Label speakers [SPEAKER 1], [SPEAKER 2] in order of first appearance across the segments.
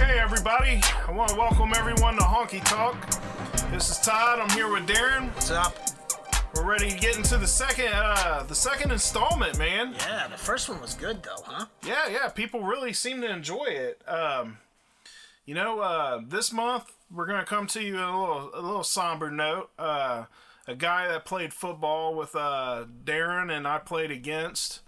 [SPEAKER 1] everybody. I want to welcome everyone to Honky Talk. This is Todd. I'm here with Darren.
[SPEAKER 2] What's up?
[SPEAKER 1] We're ready to get into the second, uh, the second installment, man.
[SPEAKER 2] Yeah, the first one was good though, huh?
[SPEAKER 1] Yeah, yeah. People really seem to enjoy it. Um, you know, uh, this month we're gonna come to you in a little, a little somber note. Uh, a guy that played football with uh, Darren and I played against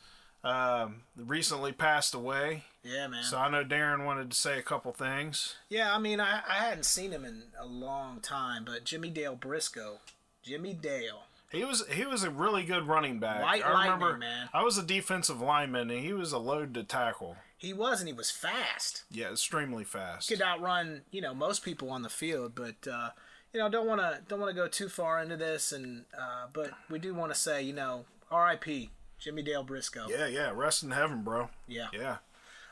[SPEAKER 1] um, recently passed away.
[SPEAKER 2] Yeah, man.
[SPEAKER 1] So I know Darren wanted to say a couple things.
[SPEAKER 2] yeah, I mean, I, I hadn't seen him in a long time, but Jimmy Dale Briscoe, Jimmy Dale,
[SPEAKER 1] He was he was a really good running back.
[SPEAKER 2] White
[SPEAKER 1] I remember
[SPEAKER 2] lightning, man.
[SPEAKER 1] I was a defensive lineman and he was a load to tackle.
[SPEAKER 2] he was and he was fast.
[SPEAKER 1] Yeah, extremely fast.
[SPEAKER 2] Could outrun, you know, most people on the field, but uh, you know, don't want to don't want to go too far into this, and uh, but we do want to say, you know, R.I.P. Jimmy Dale Briscoe.
[SPEAKER 1] Yeah, yeah. Rest in heaven, bro.
[SPEAKER 2] Yeah.
[SPEAKER 1] Yeah.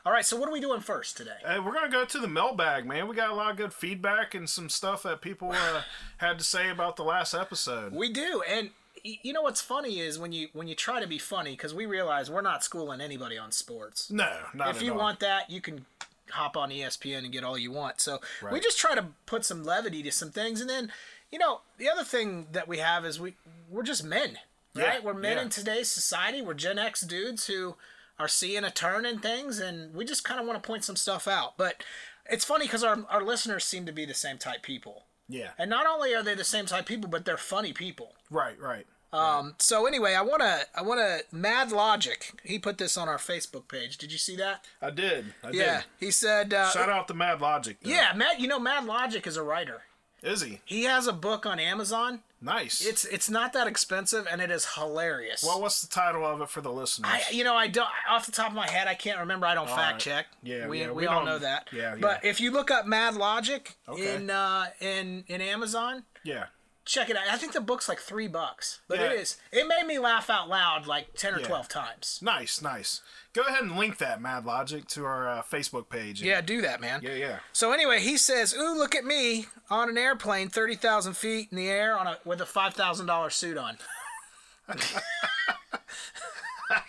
[SPEAKER 2] All right, so what are we doing first today?
[SPEAKER 1] Hey, we're gonna go to the mailbag, man. We got a lot of good feedback and some stuff that people uh, had to say about the last episode.
[SPEAKER 2] We do, and y- you know what's funny is when you when you try to be funny because we realize we're not schooling anybody on sports.
[SPEAKER 1] No, not
[SPEAKER 2] if
[SPEAKER 1] at
[SPEAKER 2] you
[SPEAKER 1] all.
[SPEAKER 2] want that, you can hop on E ESPN and get all you want. So we just try to put some levity to some things, and then you know the other thing that we have is we we're just men, right?
[SPEAKER 1] Yeah,
[SPEAKER 2] we're men
[SPEAKER 1] yeah.
[SPEAKER 2] in today's society. We're Gen X dudes who are seeing a turn in things, and we just kind of want to point some stuff out. But it's funny because our our listeners seem to be the same type people.
[SPEAKER 1] Yeah.
[SPEAKER 2] And not only are they the same type people, but they're funny people.
[SPEAKER 1] Right, right.
[SPEAKER 2] Um, so anyway, I wanna I wanna Mad Logic. He put this on our Facebook page. Did you see that?
[SPEAKER 1] I did. I
[SPEAKER 2] Yeah.
[SPEAKER 1] did.
[SPEAKER 2] He said. Uh,
[SPEAKER 1] Shout out to Mad Logic. though.
[SPEAKER 2] yeah, Mad. You know, Mad Logic is a writer.
[SPEAKER 1] Is he?
[SPEAKER 2] He has a book on Amazon.
[SPEAKER 1] Nice.
[SPEAKER 2] It's it's not that expensive, and it is hilarious.
[SPEAKER 1] well, what's the title of it for the listeners?
[SPEAKER 2] I, you know, I don't off the top of my head, I can't remember. I don't fact check.
[SPEAKER 1] Yeah,
[SPEAKER 2] we,
[SPEAKER 1] yeah,
[SPEAKER 2] we,
[SPEAKER 1] we
[SPEAKER 2] all
[SPEAKER 1] don't-
[SPEAKER 2] know that.
[SPEAKER 1] yeah,
[SPEAKER 2] But if you look up Mad Logic
[SPEAKER 1] Okay.
[SPEAKER 2] in uh, in in Amazon,
[SPEAKER 1] yeah.
[SPEAKER 2] check it out. I think the book's like three bucks, but
[SPEAKER 1] Yeah.
[SPEAKER 2] it is. It made me laugh out loud like ten or
[SPEAKER 1] Yeah.
[SPEAKER 2] twelve times.
[SPEAKER 1] Nice, nice. Go ahead and link that Mad Logic to our uh, Facebook page.
[SPEAKER 2] Yeah, do that, man.
[SPEAKER 1] yeah, yeah.
[SPEAKER 2] So anyway, he says, "Ooh, look at me on an airplane, thirty thousand feet in the air, on a with a five thousand dollar suit on."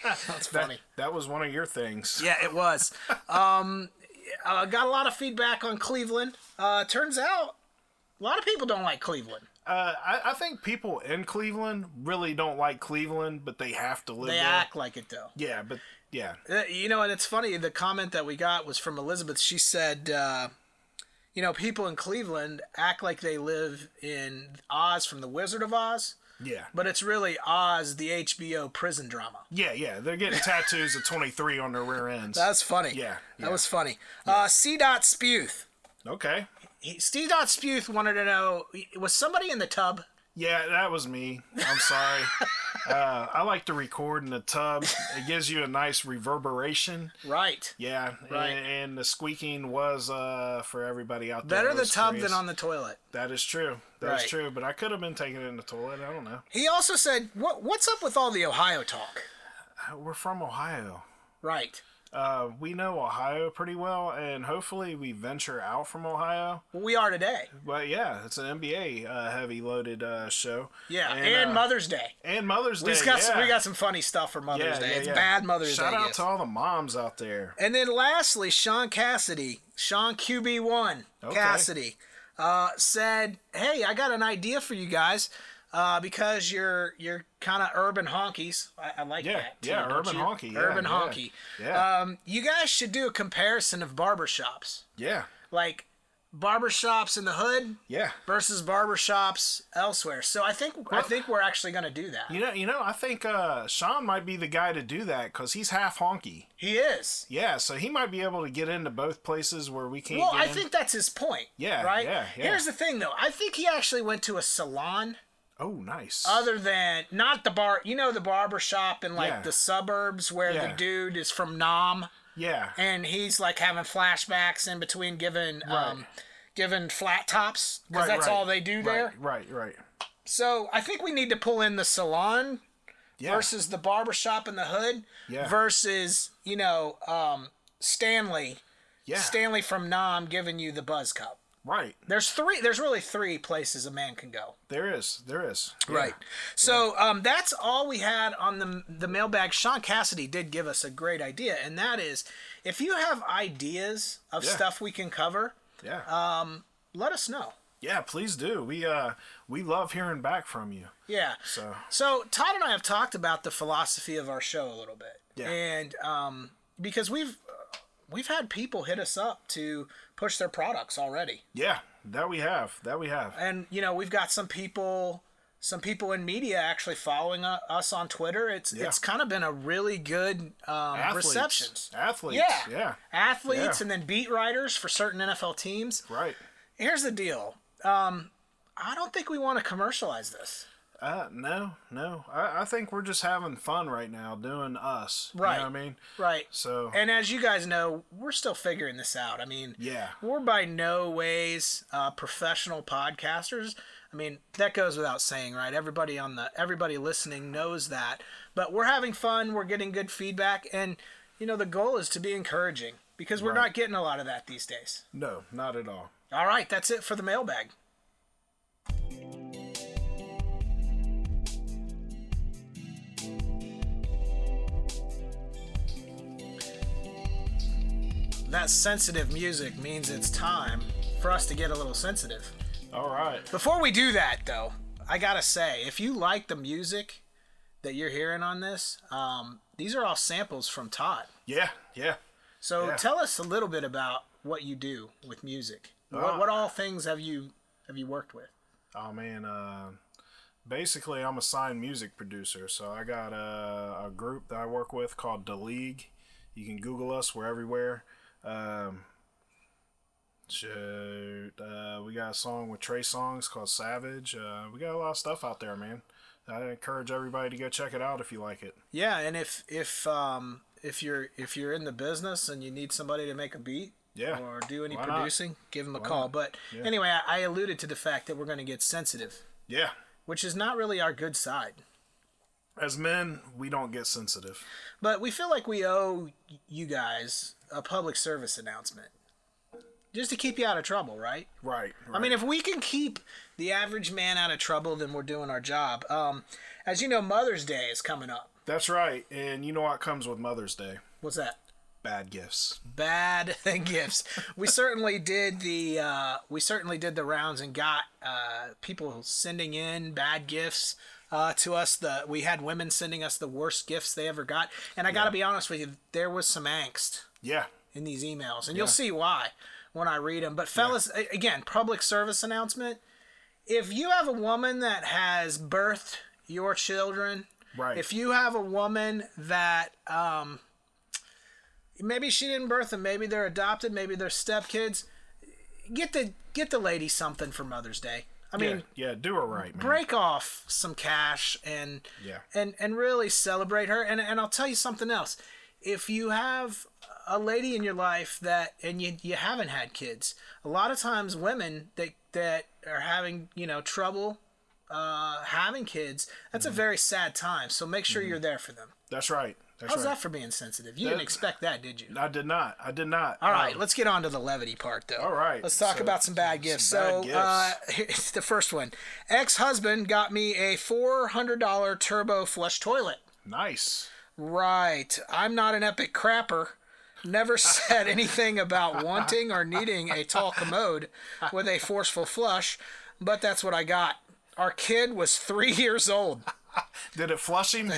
[SPEAKER 2] That's funny.
[SPEAKER 1] That was one of your things.
[SPEAKER 2] Yeah, it was. um, uh, got a lot of feedback on Cleveland. Uh, turns out, a lot of people don't like Cleveland.
[SPEAKER 1] Uh, I, I think people in Cleveland really don't like Cleveland, but they have to live
[SPEAKER 2] They
[SPEAKER 1] there.
[SPEAKER 2] act like it though.
[SPEAKER 1] Yeah, but yeah,
[SPEAKER 2] Uh, You know, and it's funny. The comment that we got was from Elizabeth. She said, uh, "You know, people in Cleveland act like they live in Oz from The Wizard of Oz."
[SPEAKER 1] yeah,
[SPEAKER 2] But it's really Oz, the HBO prison drama.
[SPEAKER 1] yeah, yeah. They're getting tattoos of 23 on their rear ends.
[SPEAKER 2] That's funny.
[SPEAKER 1] Yeah, yeah.
[SPEAKER 2] That was funny. Uh, C. Dot Sputh.
[SPEAKER 1] okay.
[SPEAKER 2] He, C. Dot Sputh wanted to know was somebody in the tub?
[SPEAKER 1] Yeah, that was me. I'm sorry. uh, I like to record in the tub. It gives you a nice reverberation.
[SPEAKER 2] Right.
[SPEAKER 1] Yeah,
[SPEAKER 2] Right.
[SPEAKER 1] And, and the squeaking was uh, for everybody out there.
[SPEAKER 2] Better the
[SPEAKER 1] was
[SPEAKER 2] tub
[SPEAKER 1] curious.
[SPEAKER 2] than on the toilet.
[SPEAKER 1] That is true. That is
[SPEAKER 2] Right.
[SPEAKER 1] true. But I could have been taking it in the toilet. I don't know.
[SPEAKER 2] He also said, "What what's up with all the Ohio talk?"
[SPEAKER 1] Uh, We're from Ohio.
[SPEAKER 2] Right.
[SPEAKER 1] Uh, we know Ohio pretty well, and hopefully we venture out from Ohio.
[SPEAKER 2] Well, we are today.
[SPEAKER 1] But yeah, it's an NBA uh, heavy loaded uh, show.
[SPEAKER 2] Yeah, and,
[SPEAKER 1] uh,
[SPEAKER 2] Mother's Day.
[SPEAKER 1] and Mother's Day.
[SPEAKER 2] We got some,
[SPEAKER 1] yeah.
[SPEAKER 2] we got some funny stuff for Mother's
[SPEAKER 1] Yeah,
[SPEAKER 2] Day.
[SPEAKER 1] yeah,
[SPEAKER 2] it's
[SPEAKER 1] yeah.
[SPEAKER 2] bad Mother's
[SPEAKER 1] Shout
[SPEAKER 2] Day.
[SPEAKER 1] out
[SPEAKER 2] gifts.
[SPEAKER 1] to all the moms out there.
[SPEAKER 2] And then lastly, Sean Cassidy, Sean QB1
[SPEAKER 1] Okay.
[SPEAKER 2] Cassidy, uh, said, "Hey, I got an idea for you guys uh, because you're you're kind of urban honkies. I, I like
[SPEAKER 1] Yeah,
[SPEAKER 2] that. too,
[SPEAKER 1] yeah,
[SPEAKER 2] don't
[SPEAKER 1] urban
[SPEAKER 2] you?
[SPEAKER 1] honky, yeah,
[SPEAKER 2] urban
[SPEAKER 1] yeah,
[SPEAKER 2] honky.
[SPEAKER 1] yeah.
[SPEAKER 2] Um, you guys should do a comparison of barbershops,
[SPEAKER 1] Yeah,
[SPEAKER 2] like barbershops in the hood
[SPEAKER 1] yeah.
[SPEAKER 2] versus barbershops elsewhere. So I think I think we're actually going to do that.
[SPEAKER 1] You know, you know. I think uh, Sean might be the guy to do that because he's half honky.
[SPEAKER 2] He is.
[SPEAKER 1] Yeah, so he might be able to get into both places where we can't.
[SPEAKER 2] Well,
[SPEAKER 1] get
[SPEAKER 2] I
[SPEAKER 1] in.
[SPEAKER 2] think that's his point.
[SPEAKER 1] Yeah,
[SPEAKER 2] Right?
[SPEAKER 1] yeah, yeah.
[SPEAKER 2] Here's the thing, though. I think he actually went to a salon
[SPEAKER 1] Oh, nice.
[SPEAKER 2] other than not the bar, you know, the barber shop in like
[SPEAKER 1] Yeah.
[SPEAKER 2] the suburbs where
[SPEAKER 1] Yeah.
[SPEAKER 2] the dude is from Nam
[SPEAKER 1] yeah.
[SPEAKER 2] and he's like having flashbacks in between giving, um, giving flat tops
[SPEAKER 1] Right,
[SPEAKER 2] because that's
[SPEAKER 1] right.
[SPEAKER 2] all they do there.
[SPEAKER 1] Right, right, right.
[SPEAKER 2] So I think we need to pull in the salon
[SPEAKER 1] Yeah.
[SPEAKER 2] versus the barber shop in the hood
[SPEAKER 1] Yeah.
[SPEAKER 2] versus, you know, um, Stanley,
[SPEAKER 1] yeah.
[SPEAKER 2] Stanley from Nam giving you the buzz cup.
[SPEAKER 1] right.
[SPEAKER 2] There's three. There's really three places a man can go.
[SPEAKER 1] There is. There is. Yeah.
[SPEAKER 2] So um, that's all we had on the the mailbag. Sean Cassidy did give us a great idea, and that is, if you have ideas of
[SPEAKER 1] Yeah.
[SPEAKER 2] stuff we can cover,
[SPEAKER 1] Yeah.
[SPEAKER 2] Um, let us know.
[SPEAKER 1] Yeah, please do. We uh we love hearing back from you.
[SPEAKER 2] Yeah.
[SPEAKER 1] So
[SPEAKER 2] So Todd and I have talked about the philosophy of our show a little bit,
[SPEAKER 1] Yeah.
[SPEAKER 2] and um, because we've uh, we've had people hit us up to push their products already,
[SPEAKER 1] yeah, that we have. That we have.
[SPEAKER 2] and you know we've got some people some people in media actually following u- us on Twitter. It's it's kind of been a really good um,
[SPEAKER 1] Athletes.
[SPEAKER 2] receptions.
[SPEAKER 1] Athletes.
[SPEAKER 2] Yeah.
[SPEAKER 1] Yeah.
[SPEAKER 2] Athletes
[SPEAKER 1] Yeah.
[SPEAKER 2] and then beat writers for certain NFL teams.
[SPEAKER 1] Right.
[SPEAKER 2] Here's the deal. Um, I don't think we want to commercialize this.
[SPEAKER 1] Uh no, no. I, I think we're just having fun right now doing us. You
[SPEAKER 2] Right.
[SPEAKER 1] know what I mean?
[SPEAKER 2] Right.
[SPEAKER 1] So
[SPEAKER 2] And as you guys know, we're still figuring this out. I mean,
[SPEAKER 1] Yeah.
[SPEAKER 2] we're by no ways uh, professional podcasters. I mean, that goes without saying, right? Everybody on the everybody listening knows that. But we're having fun. We're getting good feedback, and you know, the goal is to be encouraging because we're not getting a lot of that these days.
[SPEAKER 1] no, not at all.
[SPEAKER 2] All right, that's it for the mailbag. That sensitive music means it's time for us to get a little sensitive.
[SPEAKER 1] All right.
[SPEAKER 2] Before we do that, though, I gotta say, if you like the music that you're hearing on this, um, these are all samples from Todd.
[SPEAKER 1] Yeah, yeah.
[SPEAKER 2] So
[SPEAKER 1] Yeah.
[SPEAKER 2] tell us a little bit about what you do with music.
[SPEAKER 1] Uh,
[SPEAKER 2] what, what all things have you have you worked with?
[SPEAKER 1] Oh man, uh, basically I'm a signed music producer, so I got a, a group that I work with called The League. You can Google us; we're everywhere. Um, shoot, uh, we got a song with Trey Songs called "Savage." Uh, we got a lot of stuff out there, man. I encourage everybody to go check it out if you like it.
[SPEAKER 2] Yeah, and if if um if you're if you're in the business and you need somebody to make a beat
[SPEAKER 1] Yeah,
[SPEAKER 2] or do any
[SPEAKER 1] why not?
[SPEAKER 2] producing, give 'em give them a call. But anyway, I, I alluded to the fact that we're going to get sensitive,
[SPEAKER 1] Yeah,
[SPEAKER 2] which is not really our good side.
[SPEAKER 1] as men, we don't get sensitive.
[SPEAKER 2] But we feel like we owe you guys a public service announcement. Just to keep you out of trouble, right?
[SPEAKER 1] Right.
[SPEAKER 2] I mean, if we can keep the average man out of trouble, then we're doing our job. Um, as you know, Mother's Day is coming up.
[SPEAKER 1] that's right. And you know what comes with Mother's Day?
[SPEAKER 2] What's that?
[SPEAKER 1] Bad gifts.
[SPEAKER 2] Bad gifts. We certainly did the uh, we certainly did the rounds and got uh, people sending in bad gifts uh, to us. The we had women sending us the worst gifts they ever got, and I got to be honest with you, there was some angst
[SPEAKER 1] Yeah.
[SPEAKER 2] in these emails, and you'll see why when I read them. But fellas, a- again, public service announcement: if you have a woman that has birthed your children,
[SPEAKER 1] Right.
[SPEAKER 2] If you have a woman that um, maybe she didn't birth them, maybe they're adopted, maybe they're stepkids, get the get the lady something for Mother's Day. I mean,
[SPEAKER 1] yeah, yeah, do her right, man.
[SPEAKER 2] break off some cash and
[SPEAKER 1] Yeah.
[SPEAKER 2] and and really celebrate her and and I'll tell you something else if you have a lady in your life that and you you haven't had kids a lot of times women that that are having you know trouble uh, having kids that's
[SPEAKER 1] Mm-hmm.
[SPEAKER 2] a very sad time so make sure you're there for them
[SPEAKER 1] That's right. Mm-hmm. That's
[SPEAKER 2] how's
[SPEAKER 1] right.
[SPEAKER 2] that for being sensitive you didn't expect that did you
[SPEAKER 1] I did not. I did not.
[SPEAKER 2] all right, let's get on to the levity part, though. All
[SPEAKER 1] right,
[SPEAKER 2] Let's talk
[SPEAKER 1] so-
[SPEAKER 2] about some bad gifts.
[SPEAKER 1] bad
[SPEAKER 2] so, uh, here's the first one ex husband got me a $400 turbo flush toilet.
[SPEAKER 1] Nice.
[SPEAKER 2] Right. I'm not an epic crapper. Never said anything about wanting or needing a tall commode with a forceful flush, but that's what I got. Our kid was three years old.
[SPEAKER 1] Did it flush him?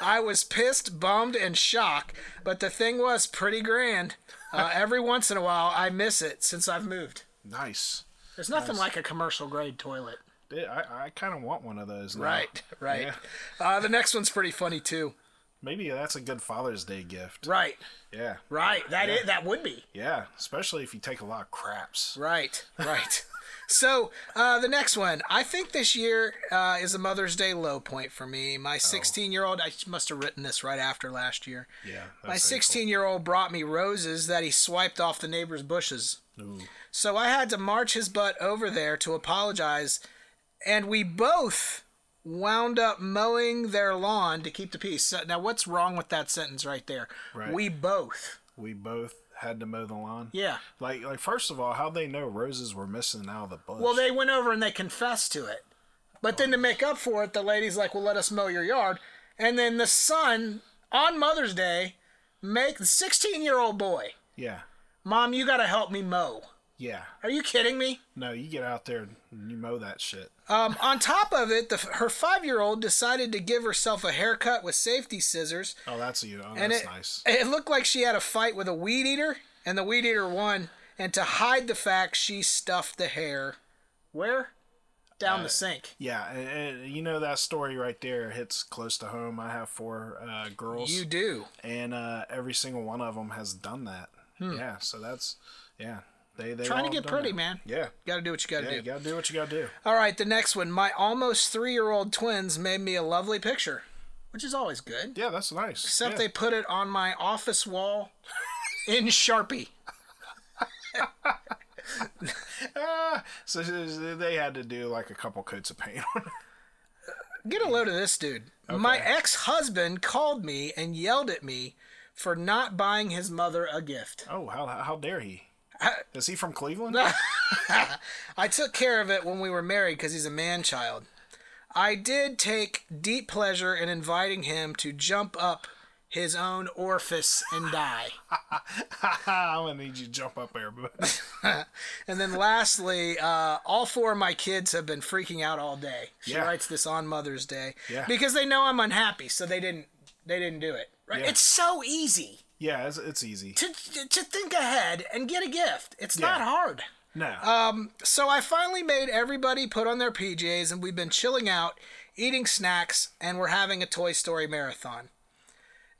[SPEAKER 2] I was pissed, bummed, and shocked, but the thing was pretty grand. Uh, every once in a while, I miss it since I've moved.
[SPEAKER 1] nice.
[SPEAKER 2] There's nothing like a commercial grade toilet.
[SPEAKER 1] Dude, I, I kind of want one of those. Now.
[SPEAKER 2] right.
[SPEAKER 1] Yeah.
[SPEAKER 2] Uh, the next one's pretty funny too.
[SPEAKER 1] Maybe that's a good Father's Day gift.
[SPEAKER 2] Right,
[SPEAKER 1] Yeah.
[SPEAKER 2] right. That i- that would be
[SPEAKER 1] Yeah. Especially if you take a lot of craps.
[SPEAKER 2] right, right. so uh, the next one, I think this year uh, is a Mother's Day low point for me. My 16 year old, I must have written this right after last year.
[SPEAKER 1] Yeah. that's
[SPEAKER 2] My
[SPEAKER 1] hateful.
[SPEAKER 2] 16 year old brought me roses that he swiped off the neighbor's bushes.
[SPEAKER 1] Ooh.
[SPEAKER 2] So I had to march his butt over there to apologize, and we both wound up mowing their lawn to keep the peace. So, now, what's wrong with that sentence right there?
[SPEAKER 1] Right.
[SPEAKER 2] We both.
[SPEAKER 1] We both had to mow the lawn.
[SPEAKER 2] Yeah.
[SPEAKER 1] Like, like first of all, how'd they know roses were missing out of the bush?
[SPEAKER 2] Well, they went over and they confessed to it. But then to
[SPEAKER 1] Oh.
[SPEAKER 2] make up for it, the lady's like, well, let us mow your yard. And then the son, on Mother's Day, make the 16 year old boy,
[SPEAKER 1] Yeah.
[SPEAKER 2] Mom, you got to help me mow.
[SPEAKER 1] Yeah.
[SPEAKER 2] Are you kidding me?
[SPEAKER 1] No, you get out there and you mow that shit.
[SPEAKER 2] Um, on top of it, the, her five year old decided to give herself a haircut with safety scissors,
[SPEAKER 1] Oh, that's you. Oh,
[SPEAKER 2] and
[SPEAKER 1] that's
[SPEAKER 2] it,
[SPEAKER 1] nice.
[SPEAKER 2] it looked like she had a fight with a weed eater, and the weed eater won. And to hide the fact, she stuffed the hair where? Down
[SPEAKER 1] Uh,
[SPEAKER 2] the sink.
[SPEAKER 1] Yeah, and, and you know that story right there hits close to home. I have four uh, girls,
[SPEAKER 2] You do.
[SPEAKER 1] and uh, every single one of them has done that. Yeah, so that's yeah. They they
[SPEAKER 2] Hmm. Trying to
[SPEAKER 1] all
[SPEAKER 2] get
[SPEAKER 1] done
[SPEAKER 2] pretty,
[SPEAKER 1] that.
[SPEAKER 2] man.
[SPEAKER 1] Yeah,
[SPEAKER 2] Got to do what you got to
[SPEAKER 1] yeah. You
[SPEAKER 2] do.
[SPEAKER 1] gotta do what you gotta do.
[SPEAKER 2] All right, the next one. My almost three year old twins made me a lovely picture, which is always good.
[SPEAKER 1] Yeah, that's nice.
[SPEAKER 2] Except
[SPEAKER 1] yeah.
[SPEAKER 2] they put it on my office wall in Sharpie.
[SPEAKER 1] Ah, so so they had to do like a couple coats of paint on it.
[SPEAKER 2] Get a load of this, dude. My ex husband called me and yelled at me for not buying his mother a gift.
[SPEAKER 1] Oh, how how dare he? Is he from Cleveland?
[SPEAKER 2] I took care of it when we were married because he's a man child. I did take deep pleasure in inviting him to jump up his own orifice and die.
[SPEAKER 1] I'm gonna need you to jump up there, but
[SPEAKER 2] And then lastly, uh, all four of my kids have been freaking out all day. She
[SPEAKER 1] Yeah.
[SPEAKER 2] writes this on Mother's Day
[SPEAKER 1] Yeah.
[SPEAKER 2] because they know I'm unhappy, so they didn't they didn't do it. Right?
[SPEAKER 1] Yeah.
[SPEAKER 2] It's so easy
[SPEAKER 1] yeah, it's, it's easy.
[SPEAKER 2] to to think ahead and get a gift. It's not
[SPEAKER 1] Yeah.
[SPEAKER 2] hard.
[SPEAKER 1] No,
[SPEAKER 2] Uh, So I finally made everybody put on their PJs and we've been chilling out, eating snacks, and we're having a Toy Story marathon.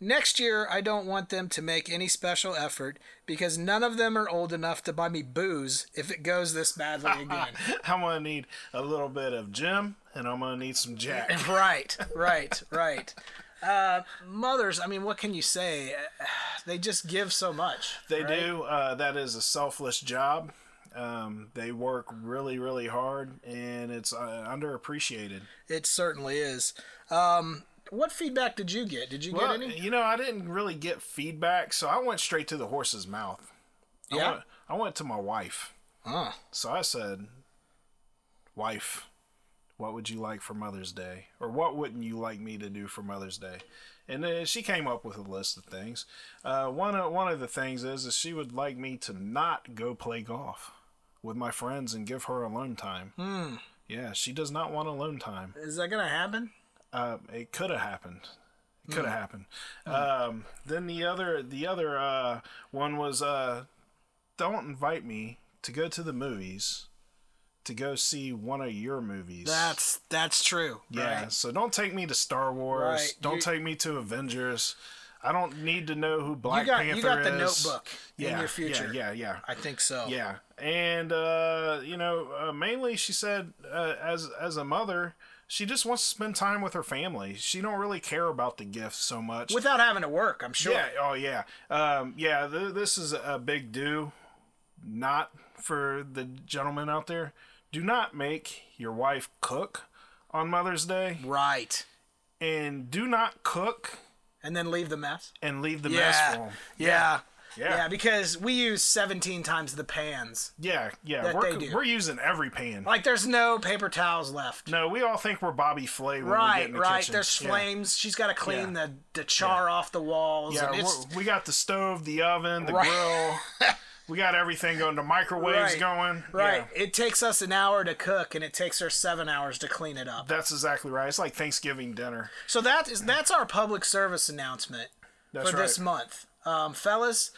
[SPEAKER 2] Next year, I don't want them to make any special effort because none of them are old enough to buy me booze if it goes this badly again.
[SPEAKER 1] I'm gonna need a little bit of Jim, and I'm gonna need some Jack.
[SPEAKER 2] right, right, right. Uh, mothers, I mean, what can you say? Uh, They just give so much.
[SPEAKER 1] They do. Uh, that is a selfless job. Um, they work really, really hard, and it's uh, underappreciated.
[SPEAKER 2] It certainly is. Um, what feedback did you get? Did you
[SPEAKER 1] Well,
[SPEAKER 2] get any?
[SPEAKER 1] you know, I didn't really get feedback, so I went straight to the horse's mouth. I
[SPEAKER 2] Yeah.
[SPEAKER 1] went, I went to my wife.
[SPEAKER 2] Huh.
[SPEAKER 1] So I said, "Wife, what would you like for Mother's Day, or what wouldn't you like me to do for Mother's Day?" And then she came up with a list of things. Uh, one of one of the things is is she would like me to not go play golf with my friends and give her alone time. Yeah, she does not want alone time.
[SPEAKER 2] Is that going to happen?
[SPEAKER 1] Um, it could have happened. It
[SPEAKER 2] Hmm.
[SPEAKER 1] could have happened. Um, then the other the other uh, one was uh, don't invite me to go to the movies to go see one of your movies.
[SPEAKER 2] That's that's true.
[SPEAKER 1] yeah.
[SPEAKER 2] Right.
[SPEAKER 1] So don't take me to Star Wars.
[SPEAKER 2] Right.
[SPEAKER 1] Don't
[SPEAKER 2] You-
[SPEAKER 1] take me to Avengers. I don't need to know who Black
[SPEAKER 2] You got
[SPEAKER 1] Panther
[SPEAKER 2] you got the
[SPEAKER 1] is.
[SPEAKER 2] notebook
[SPEAKER 1] Yeah,
[SPEAKER 2] in your future.
[SPEAKER 1] Yeah, yeah, yeah.
[SPEAKER 2] I think so.
[SPEAKER 1] Yeah, and uh, you know, uh, mainly she said, uh, as as a mother, she just wants to spend time with her family. She don't really care about the gifts so much.
[SPEAKER 2] Without having to work, I'm sure.
[SPEAKER 1] yeah, oh yeah, um, yeah. Th- this is a big do, not for the gentlemen out there. Do not make your wife cook on Mother's Day,
[SPEAKER 2] Right.
[SPEAKER 1] and do not cook
[SPEAKER 2] And then leave the mess.
[SPEAKER 1] and leave the mess
[SPEAKER 2] Yeah.
[SPEAKER 1] for 'em.
[SPEAKER 2] yeah.
[SPEAKER 1] Yeah.
[SPEAKER 2] because we use 17 times the pans.
[SPEAKER 1] Yeah, yeah.
[SPEAKER 2] That
[SPEAKER 1] we're
[SPEAKER 2] they do.
[SPEAKER 1] we're using every pan.
[SPEAKER 2] Like there's no paper towels left.
[SPEAKER 1] No, we all think we're Bobby Flay when we get
[SPEAKER 2] right,
[SPEAKER 1] in the
[SPEAKER 2] right.
[SPEAKER 1] kitchen.
[SPEAKER 2] There's
[SPEAKER 1] Yeah.
[SPEAKER 2] flames. She's got to clean
[SPEAKER 1] Yeah.
[SPEAKER 2] the the char off the walls.
[SPEAKER 1] Yeah,
[SPEAKER 2] and it's,
[SPEAKER 1] we're- we got the stove, the oven, the
[SPEAKER 2] Right.
[SPEAKER 1] grill. we got everything going. The microwave's
[SPEAKER 2] Right.
[SPEAKER 1] going.
[SPEAKER 2] right.
[SPEAKER 1] Yeah.
[SPEAKER 2] It takes us an hour to cook and it takes her 7 hours to clean it up.
[SPEAKER 1] That's exactly right. It's like Thanksgiving dinner.
[SPEAKER 2] So that is that's our public service announcement.
[SPEAKER 1] That's
[SPEAKER 2] for
[SPEAKER 1] right.
[SPEAKER 2] this month. Um, fellas,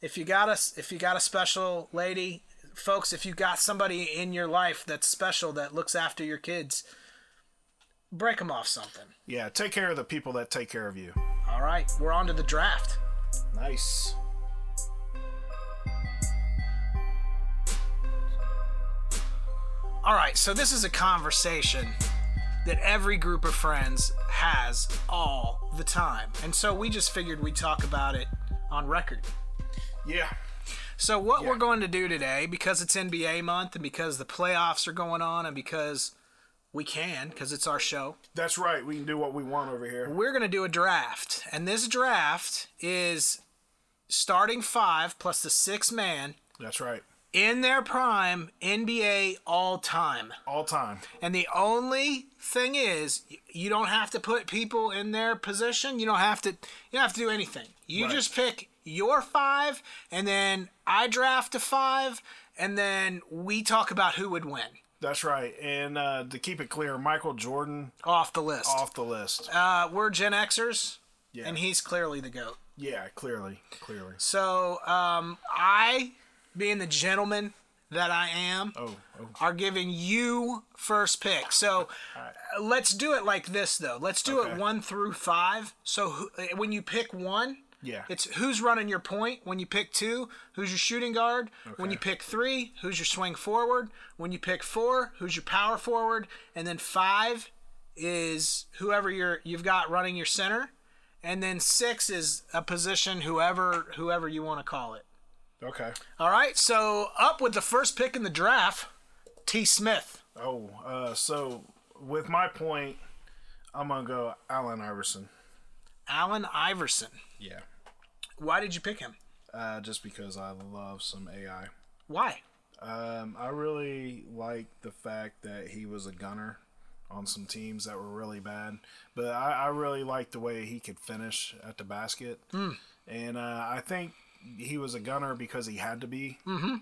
[SPEAKER 2] if you got us, if you got a special lady, folks, if you got somebody in your life that's special that looks after your kids, break them off something.
[SPEAKER 1] yeah, take care of the people that take care of you.
[SPEAKER 2] All right, we're on to the draft.
[SPEAKER 1] Nice.
[SPEAKER 2] All right, so this is a conversation that every group of friends has all the time, and so we just figured we'd talk about it on record.
[SPEAKER 1] Yeah.
[SPEAKER 2] So what we're going to do today, because it's NBA month and because the playoffs are going on and because we can, because it's our show,
[SPEAKER 1] That's right. We can do what we want over here.
[SPEAKER 2] we're going to do a draft. And this draft is starting five plus the six man
[SPEAKER 1] That's right.
[SPEAKER 2] in their prime NBA all time.
[SPEAKER 1] All time.
[SPEAKER 2] And the only thing is, y- you don't have to put people in their position. You don't have to. You don't have to do anything. You
[SPEAKER 1] Right.
[SPEAKER 2] just pick your five, and then I draft a five, and then we talk about who would win
[SPEAKER 1] That's right. And uh, to keep it clear, Michael Jordan
[SPEAKER 2] off the list.
[SPEAKER 1] off the list.
[SPEAKER 2] Uh, we're Gen Xers,
[SPEAKER 1] Yeah.
[SPEAKER 2] and he's clearly the goat.
[SPEAKER 1] yeah, clearly, clearly.
[SPEAKER 2] So um, I, being the gentleman that I am,
[SPEAKER 1] Oh, oh.
[SPEAKER 2] are giving you first pick. So uh, let's do it like this, though. Let's do
[SPEAKER 1] Okay.
[SPEAKER 2] it one through five. So who, uh, when you pick one,
[SPEAKER 1] Yeah.
[SPEAKER 2] it's who's running your point. When you pick two, who's your shooting guard. When
[SPEAKER 1] Okay.
[SPEAKER 2] you pick three, who's your swing forward. When you pick four, who's your power forward. And then five is whoever you're you've got running your center. And then six is a position, whoever whoever you want to call it.
[SPEAKER 1] okay.
[SPEAKER 2] All right, so up with the first pick in the draft, T. Smith.
[SPEAKER 1] Oh, uh, so with my point, I'm gonna go Allen Iverson.
[SPEAKER 2] Allen Iverson.
[SPEAKER 1] Yeah.
[SPEAKER 2] Why did you pick him?
[SPEAKER 1] Uh, just because I love some AI.
[SPEAKER 2] Why?
[SPEAKER 1] Um, I really like the fact that he was a gunner on some teams that were really bad, but I, I really liked the way he could finish at the basket,
[SPEAKER 2] Hmm.
[SPEAKER 1] and uh, I think he was a gunner because he had to be. Mm-hmm.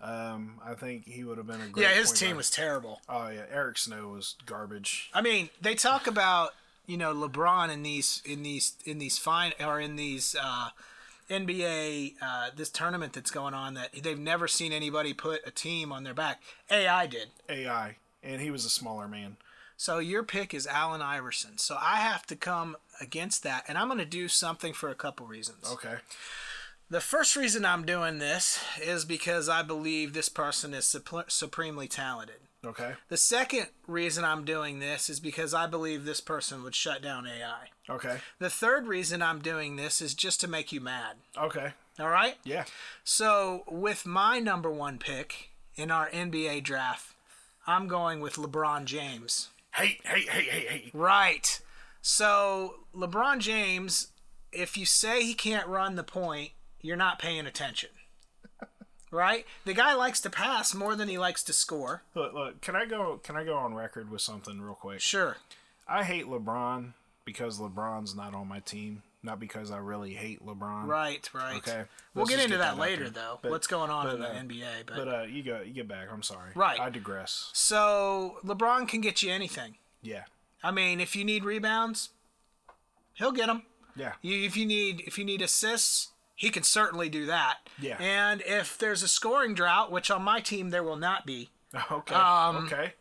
[SPEAKER 1] Um, I think he would have been a great.
[SPEAKER 2] Yeah, his
[SPEAKER 1] point
[SPEAKER 2] team
[SPEAKER 1] guard.
[SPEAKER 2] was terrible.
[SPEAKER 1] Oh yeah, Eric Snow was garbage.
[SPEAKER 2] I mean, they talk about you know LeBron in these in these in these fine or in these uh, NBA uh, this tournament that's going on that they've never seen anybody put a team on their back. AI did.
[SPEAKER 1] AI, and he was a smaller man.
[SPEAKER 2] So your pick is Allen Iverson. So I have to come against that, and I'm going to do something for a couple reasons.
[SPEAKER 1] Okay.
[SPEAKER 2] The first reason I'm doing this is because I believe this person is supl- supremely talented.
[SPEAKER 1] Okay.
[SPEAKER 2] The second reason I'm doing this is because I believe this person would shut down AI.
[SPEAKER 1] Okay.
[SPEAKER 2] The third reason I'm doing this is just to make you mad.
[SPEAKER 1] Okay.
[SPEAKER 2] All right?
[SPEAKER 1] Yeah.
[SPEAKER 2] So, with my number one pick in our NBA draft, I'm going with LeBron James.
[SPEAKER 1] Hey, hey, hey, hey, hey.
[SPEAKER 2] Right. So, LeBron James, if you say he can't run the point, you're not paying attention. Right? The guy likes to pass more than he likes to score.
[SPEAKER 1] Look, look. Can I go? Can I go on record with something real quick?
[SPEAKER 2] Sure.
[SPEAKER 1] I hate LeBron because LeBron's not on my team, not because I really hate LeBron.
[SPEAKER 2] Right, right.
[SPEAKER 1] Okay.
[SPEAKER 2] We'll
[SPEAKER 1] Let's
[SPEAKER 2] get
[SPEAKER 1] just get
[SPEAKER 2] into that,
[SPEAKER 1] that out
[SPEAKER 2] later,
[SPEAKER 1] there.
[SPEAKER 2] though.
[SPEAKER 1] But-
[SPEAKER 2] What's going on
[SPEAKER 1] but,
[SPEAKER 2] in the
[SPEAKER 1] uh,
[SPEAKER 2] NBA? But,
[SPEAKER 1] But uh, you go, you get back. I'm sorry.
[SPEAKER 2] Right.
[SPEAKER 1] I digress. uh,
[SPEAKER 2] so LeBron can get you anything.
[SPEAKER 1] Yeah.
[SPEAKER 2] I mean, if you need rebounds, he'll get them.
[SPEAKER 1] Yeah.
[SPEAKER 2] You, if you need if you need assists, he can certainly do that.
[SPEAKER 1] Yeah.
[SPEAKER 2] And if there's a scoring drought, which on my team there will not be,
[SPEAKER 1] Okay.
[SPEAKER 2] Um,
[SPEAKER 1] okay.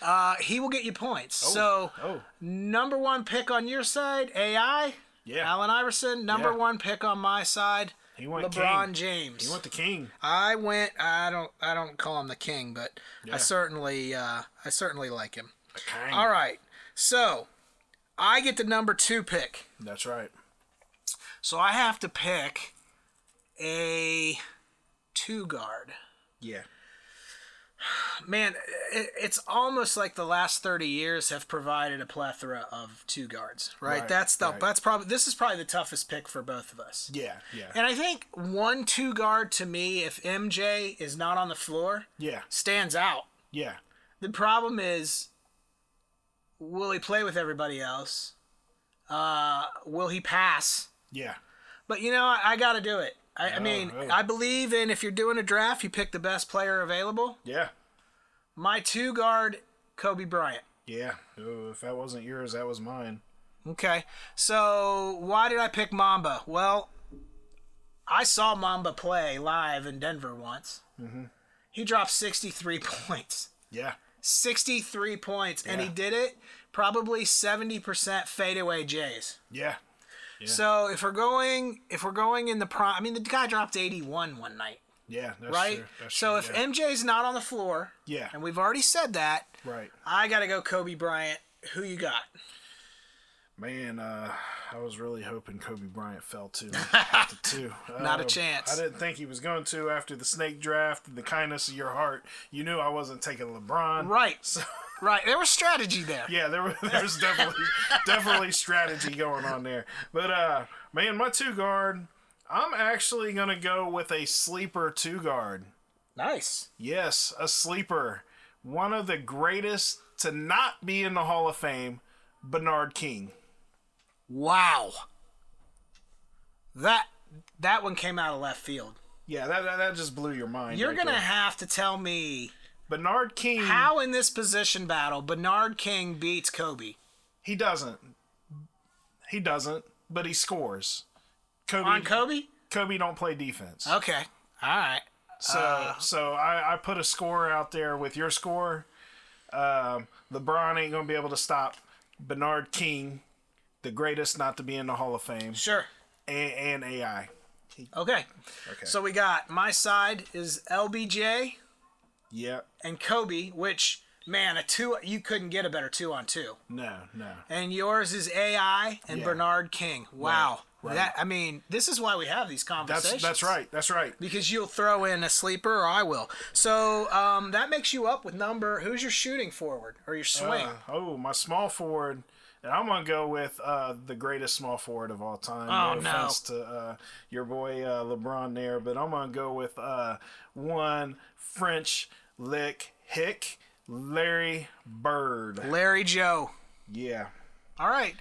[SPEAKER 2] uh, he will get you points. so
[SPEAKER 1] Oh.
[SPEAKER 2] number one pick on your side, AI,
[SPEAKER 1] Yeah.
[SPEAKER 2] Allen Iverson. Number
[SPEAKER 1] Yeah.
[SPEAKER 2] one pick on my side,
[SPEAKER 1] He went
[SPEAKER 2] LeBron
[SPEAKER 1] king.
[SPEAKER 2] James.
[SPEAKER 1] He went the king.
[SPEAKER 2] I went. I don't. I don't call him the king, but I
[SPEAKER 1] Yeah. Hmm.
[SPEAKER 2] certainly. Uh, I certainly like him.
[SPEAKER 1] The king.
[SPEAKER 2] All right. So I get the number two pick.
[SPEAKER 1] That's right.
[SPEAKER 2] So I have to pick a two guard.
[SPEAKER 1] Yeah.
[SPEAKER 2] Man, it, it's almost like the last 30 years have provided a plethora of two guards, right?
[SPEAKER 1] Right,
[SPEAKER 2] that's the
[SPEAKER 1] right.
[SPEAKER 2] that's probably this is probably the toughest pick for both of us.
[SPEAKER 1] Yeah. Yeah.
[SPEAKER 2] And I think one two guard to me if MJ is not on the floor
[SPEAKER 1] yeah.
[SPEAKER 2] stands out.
[SPEAKER 1] Yeah.
[SPEAKER 2] The problem is, will he play with everybody else? Uh, will he pass?
[SPEAKER 1] Yeah.
[SPEAKER 2] But you know, I, I got to do it. I, I mean,
[SPEAKER 1] oh.
[SPEAKER 2] I believe in if you're doing a draft, you pick the best player available.
[SPEAKER 1] Yeah.
[SPEAKER 2] My two guard, Kobe Bryant.
[SPEAKER 1] Yeah. Oh, if that wasn't yours, that was mine.
[SPEAKER 2] Okay, so why did I pick Mamba? Well, I saw Mamba play live in Denver once.
[SPEAKER 1] Mm-hmm.
[SPEAKER 2] He dropped 63 points.
[SPEAKER 1] Yeah.
[SPEAKER 2] 63 points, and he
[SPEAKER 1] Yeah.
[SPEAKER 2] did it probably 70% fadeaway Jays.
[SPEAKER 1] Yeah.
[SPEAKER 2] So if we're going, if we're going in the prime, I mean, the guy dropped 81 one night,
[SPEAKER 1] Yeah. That's
[SPEAKER 2] right?
[SPEAKER 1] True. That's
[SPEAKER 2] so
[SPEAKER 1] true.
[SPEAKER 2] if MJ's not on the floor,
[SPEAKER 1] yeah. Yeah.
[SPEAKER 2] and we've already said that,
[SPEAKER 1] Right.
[SPEAKER 2] I gotta go Kobe Bryant. Who you got?
[SPEAKER 1] Man, uh, I was really hoping Kobe Bryant fell too. after two.
[SPEAKER 2] Not a
[SPEAKER 1] Um,
[SPEAKER 2] chance.
[SPEAKER 1] I didn't think he was going to after the snake draft. The kindness of your heart. You knew I wasn't taking LeBron.
[SPEAKER 2] Right,
[SPEAKER 1] So
[SPEAKER 2] right. There was strategy there.
[SPEAKER 1] yeah, there was there's definitely definitely strategy going on there. But uh, man, my two guard. I'm actually gonna go with a sleeper two guard.
[SPEAKER 2] Nice.
[SPEAKER 1] Yes, a sleeper. One of the greatest to not be in the Hall of Fame, Bernard King.
[SPEAKER 2] Wow. That that one came out of left field.
[SPEAKER 1] Yeah, that, that, that just blew your mind.
[SPEAKER 2] You're
[SPEAKER 1] right
[SPEAKER 2] gonna
[SPEAKER 1] there.
[SPEAKER 2] have to tell me
[SPEAKER 1] Bernard King.
[SPEAKER 2] how in this position battle Bernard King beats Kobe.
[SPEAKER 1] He doesn't. He doesn't, but he scores. Kobe
[SPEAKER 2] On Oh. Kobe?
[SPEAKER 1] Kobe don't play defense.
[SPEAKER 2] Okay. All right.
[SPEAKER 1] So so I, I put a score out there with your score. Um, LeBron ain't gonna be able to stop Bernard King, the greatest not to be in the Hall of Fame,
[SPEAKER 2] Sure.
[SPEAKER 1] and, and AI.
[SPEAKER 2] Okay.
[SPEAKER 1] Okay.
[SPEAKER 2] So we got my side is LBJ
[SPEAKER 1] Yep.
[SPEAKER 2] and Kobe, which man, a two you couldn't get a better two on two.
[SPEAKER 1] No. No.
[SPEAKER 2] And yours is AI and
[SPEAKER 1] Yeah.
[SPEAKER 2] Bernard King. Wow.
[SPEAKER 1] Right, right.
[SPEAKER 2] That I mean, this is why we have these conversations.
[SPEAKER 1] That's that's right. That's right.
[SPEAKER 2] Because you'll throw in a sleeper, or I will. So um, that makes you up with number. Who's your shooting forward or your swing?
[SPEAKER 1] Uh, oh, my small forward. And I'm gonna go with uh, the greatest small forward of all time.
[SPEAKER 2] Oh, no.
[SPEAKER 1] offense to uh, your boy uh, LeBron there, but I'm gonna go with uh, one French lick hick, Larry Bird.
[SPEAKER 2] Larry Joe.
[SPEAKER 1] Yeah,
[SPEAKER 2] All right.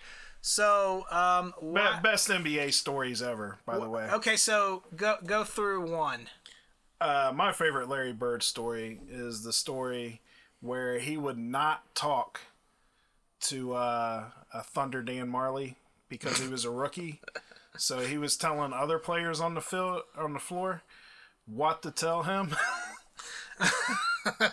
[SPEAKER 2] So um,
[SPEAKER 1] Be-
[SPEAKER 2] why-
[SPEAKER 1] best NBA stories ever, by the way.
[SPEAKER 2] Okay, so go go through one.
[SPEAKER 1] Uh, my favorite Larry Bird story is the story where he would not talk to uh, a Thunder Dan Marley because he was a rookie. So he was telling other players on the field on the floor what to tell him.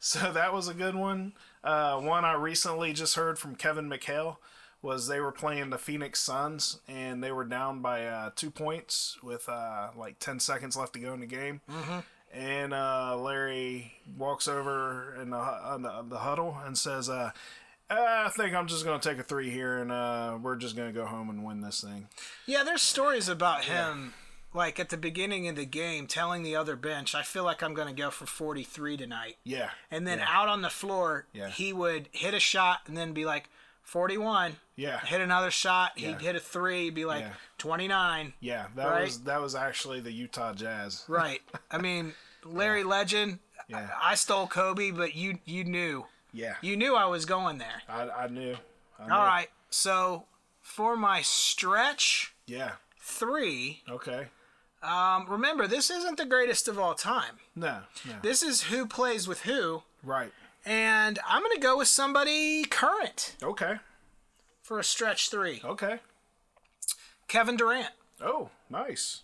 [SPEAKER 1] so that was a good one. Uh, one I recently just heard from Kevin McHale was they were playing the Phoenix Suns and they were down by uh, two points with uh, like ten seconds left to go in the game.
[SPEAKER 2] Mm-hmm.
[SPEAKER 1] And uh, Larry walks over in the, on the, the huddle and says, uh, I think I'm just going to take a three here and uh, we're just going to go home and win this thing.
[SPEAKER 2] Yeah, there's stories about him like at the beginning of the game telling the other bench, I feel like I'm going to go for 43 tonight.
[SPEAKER 1] Yeah.
[SPEAKER 2] And then out on the floor,
[SPEAKER 1] Yeah.
[SPEAKER 2] he would hit a shot and then be like 41.
[SPEAKER 1] Yeah.
[SPEAKER 2] Hit another shot,
[SPEAKER 1] Yeah.
[SPEAKER 2] he'd hit a 3, be like
[SPEAKER 1] Yeah.
[SPEAKER 2] 29.
[SPEAKER 1] Yeah, that
[SPEAKER 2] Right?
[SPEAKER 1] was that was actually the Utah Jazz.
[SPEAKER 2] Right. I mean, Larry Legend,
[SPEAKER 1] Yeah.
[SPEAKER 2] I, I stole Kobe, but you you knew.
[SPEAKER 1] Yeah.
[SPEAKER 2] You knew I was going there.
[SPEAKER 1] I, I knew. I knew.
[SPEAKER 2] All right. So, for my stretch
[SPEAKER 1] Yeah.
[SPEAKER 2] 3,
[SPEAKER 1] Okay.
[SPEAKER 2] Um, remember, this isn't the greatest of all time.
[SPEAKER 1] No. No.
[SPEAKER 2] This is who plays with who,
[SPEAKER 1] right.
[SPEAKER 2] and I'm going to go with somebody current
[SPEAKER 1] Okay.
[SPEAKER 2] for a stretch three
[SPEAKER 1] Okay.
[SPEAKER 2] Kevin Durant.
[SPEAKER 1] Oh, nice.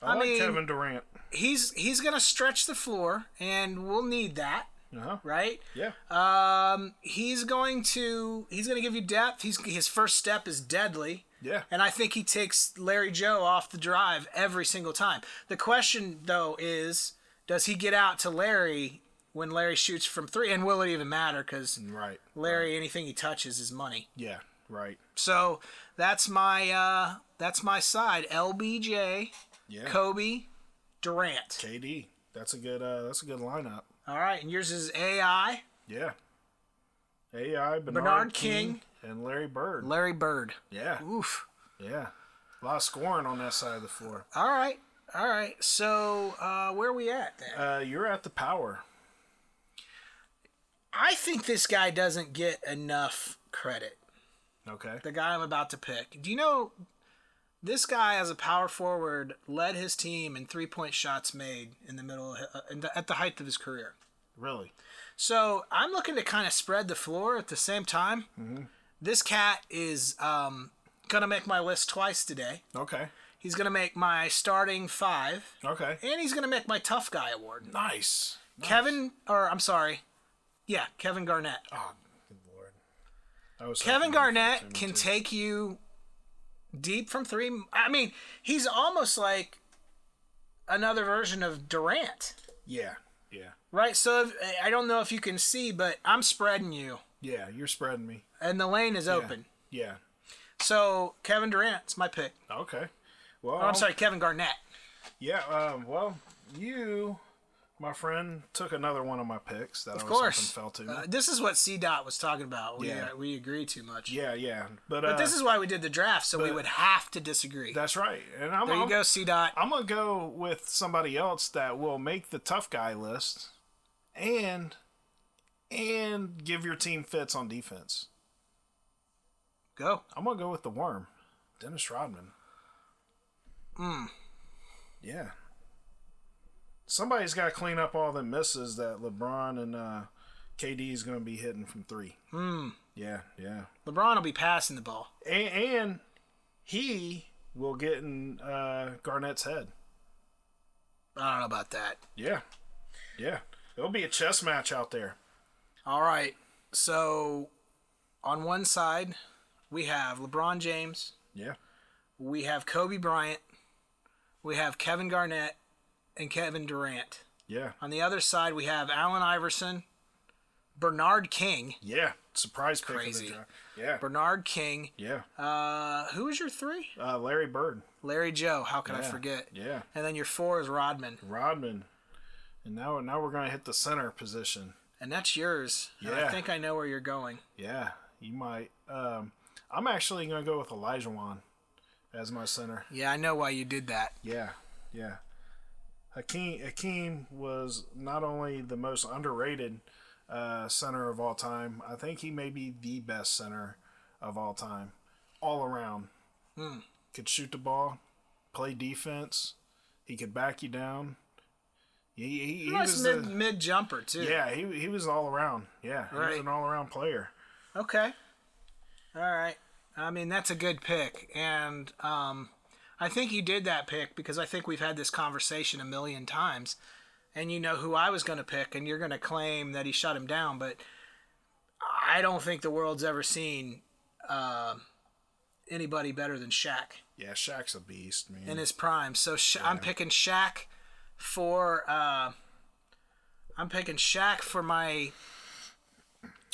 [SPEAKER 1] I,
[SPEAKER 2] I
[SPEAKER 1] like
[SPEAKER 2] mean-
[SPEAKER 1] Kevin Durant.
[SPEAKER 2] He's, he's going to stretch the floor, and we'll need that,
[SPEAKER 1] Uh-huh.
[SPEAKER 2] right?
[SPEAKER 1] Yeah.
[SPEAKER 2] Um, he's going to he's going to give you depth. He's, his first step is deadly.
[SPEAKER 1] yeah.
[SPEAKER 2] And I think he takes Larry Joe off the drive every single time. The question, though, is does he get out to Larry when Larry shoots from three? And will it even matter? Because
[SPEAKER 1] Right.
[SPEAKER 2] Larry, anything he touches is money.
[SPEAKER 1] Yeah. Right.
[SPEAKER 2] So that's my uh, that's my side. LBJ,
[SPEAKER 1] Yeah.
[SPEAKER 2] Kobe, Durant.
[SPEAKER 1] KD. That's a good uh that's a good lineup.
[SPEAKER 2] All right, and yours is AI,
[SPEAKER 1] Yeah. AI Bernard,
[SPEAKER 2] Bernard
[SPEAKER 1] King, and Larry Bird.
[SPEAKER 2] Larry Bird.
[SPEAKER 1] yeah.
[SPEAKER 2] Oof.
[SPEAKER 1] Yeah. A lot of scoring on that side of the floor.
[SPEAKER 2] All right, all right. So uh, where are we at then?
[SPEAKER 1] Uh you're at the power.
[SPEAKER 2] I think this guy doesn't get enough credit.
[SPEAKER 1] Okay.
[SPEAKER 2] The guy I'm about to pick. Do you know this guy as a power forward led his team in three point shots made in the middle of, uh, in the, at the height of his career.
[SPEAKER 1] Really?
[SPEAKER 2] So I'm looking to kind of spread the floor at the same time. This cat is um, gonna make my list twice today.
[SPEAKER 1] Okay.
[SPEAKER 2] He's gonna make my starting five,
[SPEAKER 1] Okay.
[SPEAKER 2] and he's gonna make my tough guy award.
[SPEAKER 1] Nice.
[SPEAKER 2] Kevin, or I'm sorry, yeah, Kevin Garnett.
[SPEAKER 1] Oh, good lord. I was hoping
[SPEAKER 2] Kevin
[SPEAKER 1] you
[SPEAKER 2] Garnett
[SPEAKER 1] picked him.
[SPEAKER 2] can take you deep from three. I mean, he's almost like another version of Durant,
[SPEAKER 1] Yeah. Yeah.
[SPEAKER 2] right? So if, I don't know if you can see, but I'm spreading you,
[SPEAKER 1] Yeah. You're spreading me.
[SPEAKER 2] and the lane is open.
[SPEAKER 1] Yeah.
[SPEAKER 2] So Kevin Durant's my pick.
[SPEAKER 1] Okay. Well,
[SPEAKER 2] Oh, I'm sorry, Kevin Garnett.
[SPEAKER 1] Yeah. Um, well, you, my friend, took another one of my picks that I
[SPEAKER 2] Of
[SPEAKER 1] was
[SPEAKER 2] course.
[SPEAKER 1] fell to.
[SPEAKER 2] Uh, this is what C Dot was talking about. We,
[SPEAKER 1] Yeah.
[SPEAKER 2] uh, we agree too much.
[SPEAKER 1] yeah. Yeah. But,
[SPEAKER 2] But
[SPEAKER 1] uh,
[SPEAKER 2] this is why we did the draft, so we would have to disagree.
[SPEAKER 1] that's right. And I'm
[SPEAKER 2] there you
[SPEAKER 1] I'm,
[SPEAKER 2] go, C Dot.
[SPEAKER 1] I'm gonna go with somebody else that will make the tough guy list, and and give your team fits on defense.
[SPEAKER 2] Go.
[SPEAKER 1] I'm gonna go with the worm, Dennis Rodman. Yeah. Somebody's got to clean up all the misses that LeBron and uh, KD is going to be hitting from three. Hmm. Yeah, yeah.
[SPEAKER 2] LeBron will be passing the ball.
[SPEAKER 1] And, and he will get in uh, Garnett's head.
[SPEAKER 2] I don't know about that.
[SPEAKER 1] Yeah. Yeah. It'll be a chess match out there.
[SPEAKER 2] All right. So on one side, we have LeBron James,
[SPEAKER 1] Yeah.
[SPEAKER 2] we have Kobe Bryant, we have Kevin Garnett, and Kevin Durant.
[SPEAKER 1] Yeah.
[SPEAKER 2] On the other side, we have Allen Iverson, Bernard King.
[SPEAKER 1] Yeah. Surprise pick
[SPEAKER 2] Crazy.
[SPEAKER 1] of the draft. Yeah.
[SPEAKER 2] Bernard King.
[SPEAKER 1] Yeah.
[SPEAKER 2] Uh, who is your three?
[SPEAKER 1] Uh, Larry Bird.
[SPEAKER 2] Larry Joe. How could I
[SPEAKER 1] Yeah.
[SPEAKER 2] forget?
[SPEAKER 1] Yeah.
[SPEAKER 2] And then your four is Rodman,
[SPEAKER 1] Rodman. And now now we're going to hit the center position.
[SPEAKER 2] and that's yours. And I
[SPEAKER 1] Yeah.
[SPEAKER 2] think I know where you're going.
[SPEAKER 1] Yeah. You might um I'm actually going to go with Elijah Wan as my center.
[SPEAKER 2] Yeah, I know why you did that.
[SPEAKER 1] Yeah, yeah. Hakeem Hakeem was not only the most underrated uh, center of all time. I think he may be the best center of all time, all around.
[SPEAKER 2] Hmm.
[SPEAKER 1] Could shoot the ball, play defense. He could back you down. He, he, he
[SPEAKER 2] Nice
[SPEAKER 1] was
[SPEAKER 2] mid
[SPEAKER 1] the,
[SPEAKER 2] mid jumper too.
[SPEAKER 1] yeah he, he was all around. Yeah, he was
[SPEAKER 2] Right.
[SPEAKER 1] an all around player.
[SPEAKER 2] Okay. All right. I mean, that's a good pick. And um, I think you did that pick because I think we've had this conversation a million times. And you know who I was going to pick, and you're going to claim that he shut him down. But I don't think the world's ever seen um anybody better than Shaq
[SPEAKER 1] Yeah, Shaq's a beast, man.
[SPEAKER 2] in his prime. So Sha I'm picking Shaq for. Uh, I'm picking Shaq for my.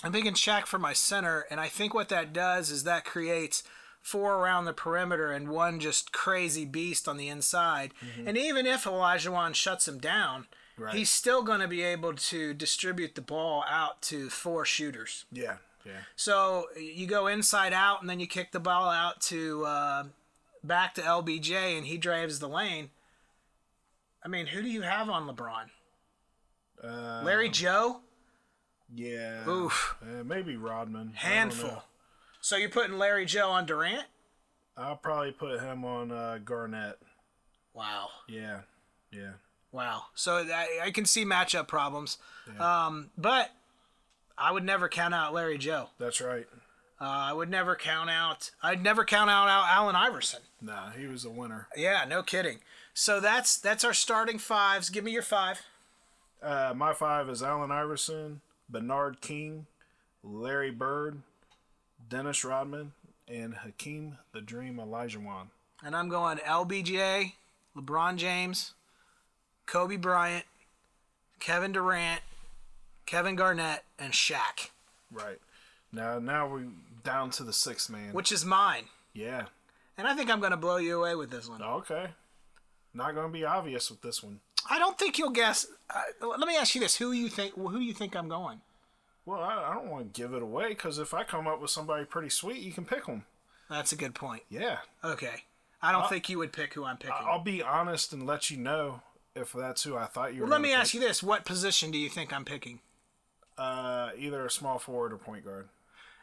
[SPEAKER 2] I'm picking Shaq for my center, and I think what that does is that creates four around the perimeter and one just crazy beast on the inside. And even if Olajuwon shuts him down, he's still going to be able to distribute the ball out to four shooters.
[SPEAKER 1] yeah, yeah,
[SPEAKER 2] So you go inside out, and then you kick the ball out to uh, back to LBJ, and he drives the lane. I mean, who do you have on LeBron?
[SPEAKER 1] uh,
[SPEAKER 2] Larry Joe,
[SPEAKER 1] yeah.
[SPEAKER 2] Oof.
[SPEAKER 1] Uh, maybe Rodman. I don't know.
[SPEAKER 2] handful. So you're putting Larry Joe on Durant?
[SPEAKER 1] I'll probably put him on uh, Garnett.
[SPEAKER 2] Wow,
[SPEAKER 1] Yeah, yeah,
[SPEAKER 2] wow. So that, I can see matchup problems, um, but I would never count out Larry Joe.
[SPEAKER 1] that's right.
[SPEAKER 2] Uh, I would never count out. I'd never count out Al- Allen Iverson.
[SPEAKER 1] Nah, he was a winner.
[SPEAKER 2] Yeah, no kidding. So that's that's our starting fives. Give me your five.
[SPEAKER 1] Uh, my five is Allen Iverson, Bernard King, Larry Bird, Dennis Rodman, and Hakeem the Dream Olajuwon.
[SPEAKER 2] And I'm going LBJ, LeBron James, Kobe Bryant, Kevin Durant, Kevin Garnett, and Shaq,
[SPEAKER 1] Right now, now we're down to the sixth man.
[SPEAKER 2] which is mine.
[SPEAKER 1] Yeah.
[SPEAKER 2] And I think I'm going to blow you away with this one.
[SPEAKER 1] Okay. Not gonna be obvious with this one.
[SPEAKER 2] I don't think you'll guess. Uh, let me ask you this: Who you think? Who you think I'm going?
[SPEAKER 1] Well, I, I don't want to give it away because if I come up with somebody pretty sweet, you can pick them.
[SPEAKER 2] That's a good point.
[SPEAKER 1] Yeah.
[SPEAKER 2] Okay, I don't think you would pick who I'm picking.
[SPEAKER 1] I'll be honest and let you know if that's who I thought you were.
[SPEAKER 2] let
[SPEAKER 1] gonna
[SPEAKER 2] me
[SPEAKER 1] pick.
[SPEAKER 2] ask you this: What position do you think I'm picking?
[SPEAKER 1] Uh, either a small forward or point guard.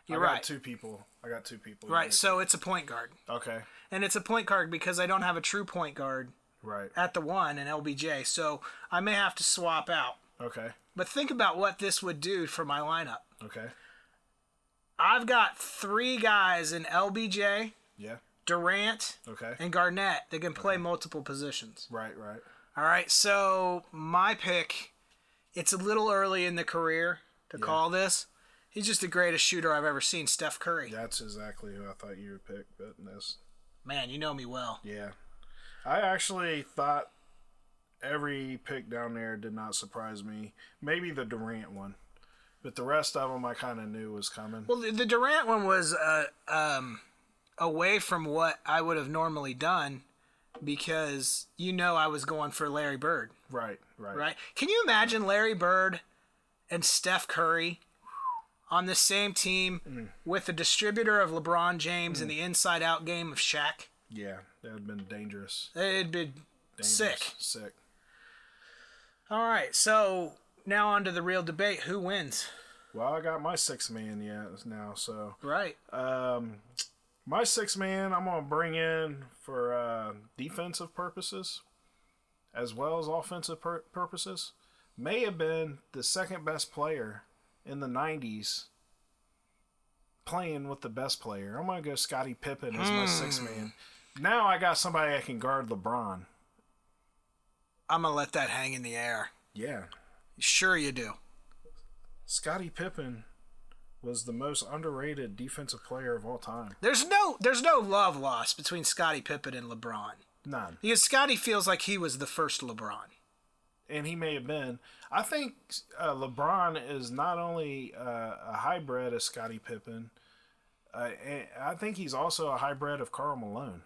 [SPEAKER 2] You're
[SPEAKER 1] I got
[SPEAKER 2] right.
[SPEAKER 1] two people. I got two people.
[SPEAKER 2] Right. So it's a point guard,
[SPEAKER 1] Okay.
[SPEAKER 2] and it's a point guard because I don't have a true point guard
[SPEAKER 1] Right.
[SPEAKER 2] at the one and LBJ, so I may have to swap out.
[SPEAKER 1] Okay.
[SPEAKER 2] But think about what this would do for my lineup.
[SPEAKER 1] Okay.
[SPEAKER 2] I've got three guys in LBJ,
[SPEAKER 1] Yeah.
[SPEAKER 2] Durant,
[SPEAKER 1] Okay.
[SPEAKER 2] and Garnett that can play multiple positions.
[SPEAKER 1] Right. Right.
[SPEAKER 2] All right, so my pick, it's a little early in the career to call this. He's just the greatest shooter I've ever seen, Steph Curry.
[SPEAKER 1] That's exactly who I thought you would pick, but that's
[SPEAKER 2] Man, you know me well.
[SPEAKER 1] yeah. I actually thought every pick down there did not surprise me. Maybe the Durant one, but the rest of them I kind of knew was coming.
[SPEAKER 2] Well, the, the Durant one was uh, um, away from what I would have normally done because you know I was going for Larry Bird.
[SPEAKER 1] Right. Right.
[SPEAKER 2] right? Can you imagine Larry Bird and Steph Curry on the same team with the distributor of LeBron James and the inside out game of Shaq?
[SPEAKER 1] Yeah. That would have been dangerous.
[SPEAKER 2] It'd be
[SPEAKER 1] dangerous.
[SPEAKER 2] sick.
[SPEAKER 1] Sick.
[SPEAKER 2] All right, so now on to the real debate who wins,
[SPEAKER 1] Well, I got my six man yet now, so
[SPEAKER 2] right?
[SPEAKER 1] Um, my six man, I'm gonna bring in for uh, defensive purposes. as well as offensive pur- purposes, may have been the second best player in the 90s playing with the best player. I'm going to go Scottie Pippen as my sixth man. Now I got somebody that can guard LeBron.
[SPEAKER 2] I'm gonna let that hang in the air.
[SPEAKER 1] Yeah.
[SPEAKER 2] Sure you do.
[SPEAKER 1] Scottie Pippen was the most underrated defensive player of all time.
[SPEAKER 2] There's no there's no love lost between Scottie Pippen and LeBron.
[SPEAKER 1] None.
[SPEAKER 2] Because Scottie feels like he was the first LeBron.
[SPEAKER 1] and he may have been. I think uh, LeBron is not only uh, a hybrid of Scottie Pippen, uh, and I think he's also a hybrid of Carl Malone.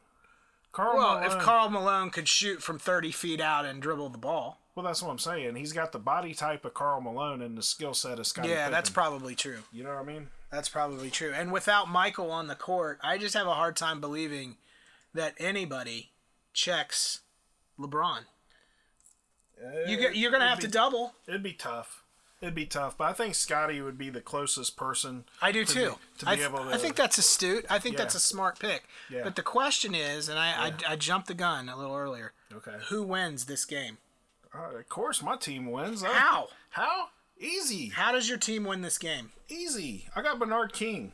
[SPEAKER 1] Carl
[SPEAKER 2] Well,
[SPEAKER 1] Malone.
[SPEAKER 2] if Carl Malone could shoot from 30 feet out and dribble the ball.
[SPEAKER 1] well, that's what I'm saying. He's got the body type of Carl Malone and the skill set of Scottie.
[SPEAKER 2] Yeah,
[SPEAKER 1] Pippen.
[SPEAKER 2] that's probably true.
[SPEAKER 1] you know what I mean.
[SPEAKER 2] That's probably true. And without Michael on the court, I just have a hard time believing that anybody checks LeBron. You get, you're going to have to double.
[SPEAKER 1] Uh, It'd be tough. It'd be tough, but I think Scotty would be the closest person.
[SPEAKER 2] I do too.
[SPEAKER 1] be- to be
[SPEAKER 2] I, th-
[SPEAKER 1] able to-
[SPEAKER 2] I think that's astute. I think that's
[SPEAKER 1] Yeah.
[SPEAKER 2] a smart pick.
[SPEAKER 1] Yeah.
[SPEAKER 2] But the question is, and I, I, I jumped the gun a little earlier.
[SPEAKER 1] Okay.
[SPEAKER 2] Who wins this game?
[SPEAKER 1] Uh, of course, my team wins. I-
[SPEAKER 2] How?
[SPEAKER 1] How? Easy.
[SPEAKER 2] How does your team win this game?
[SPEAKER 1] Easy. I got Bernard King.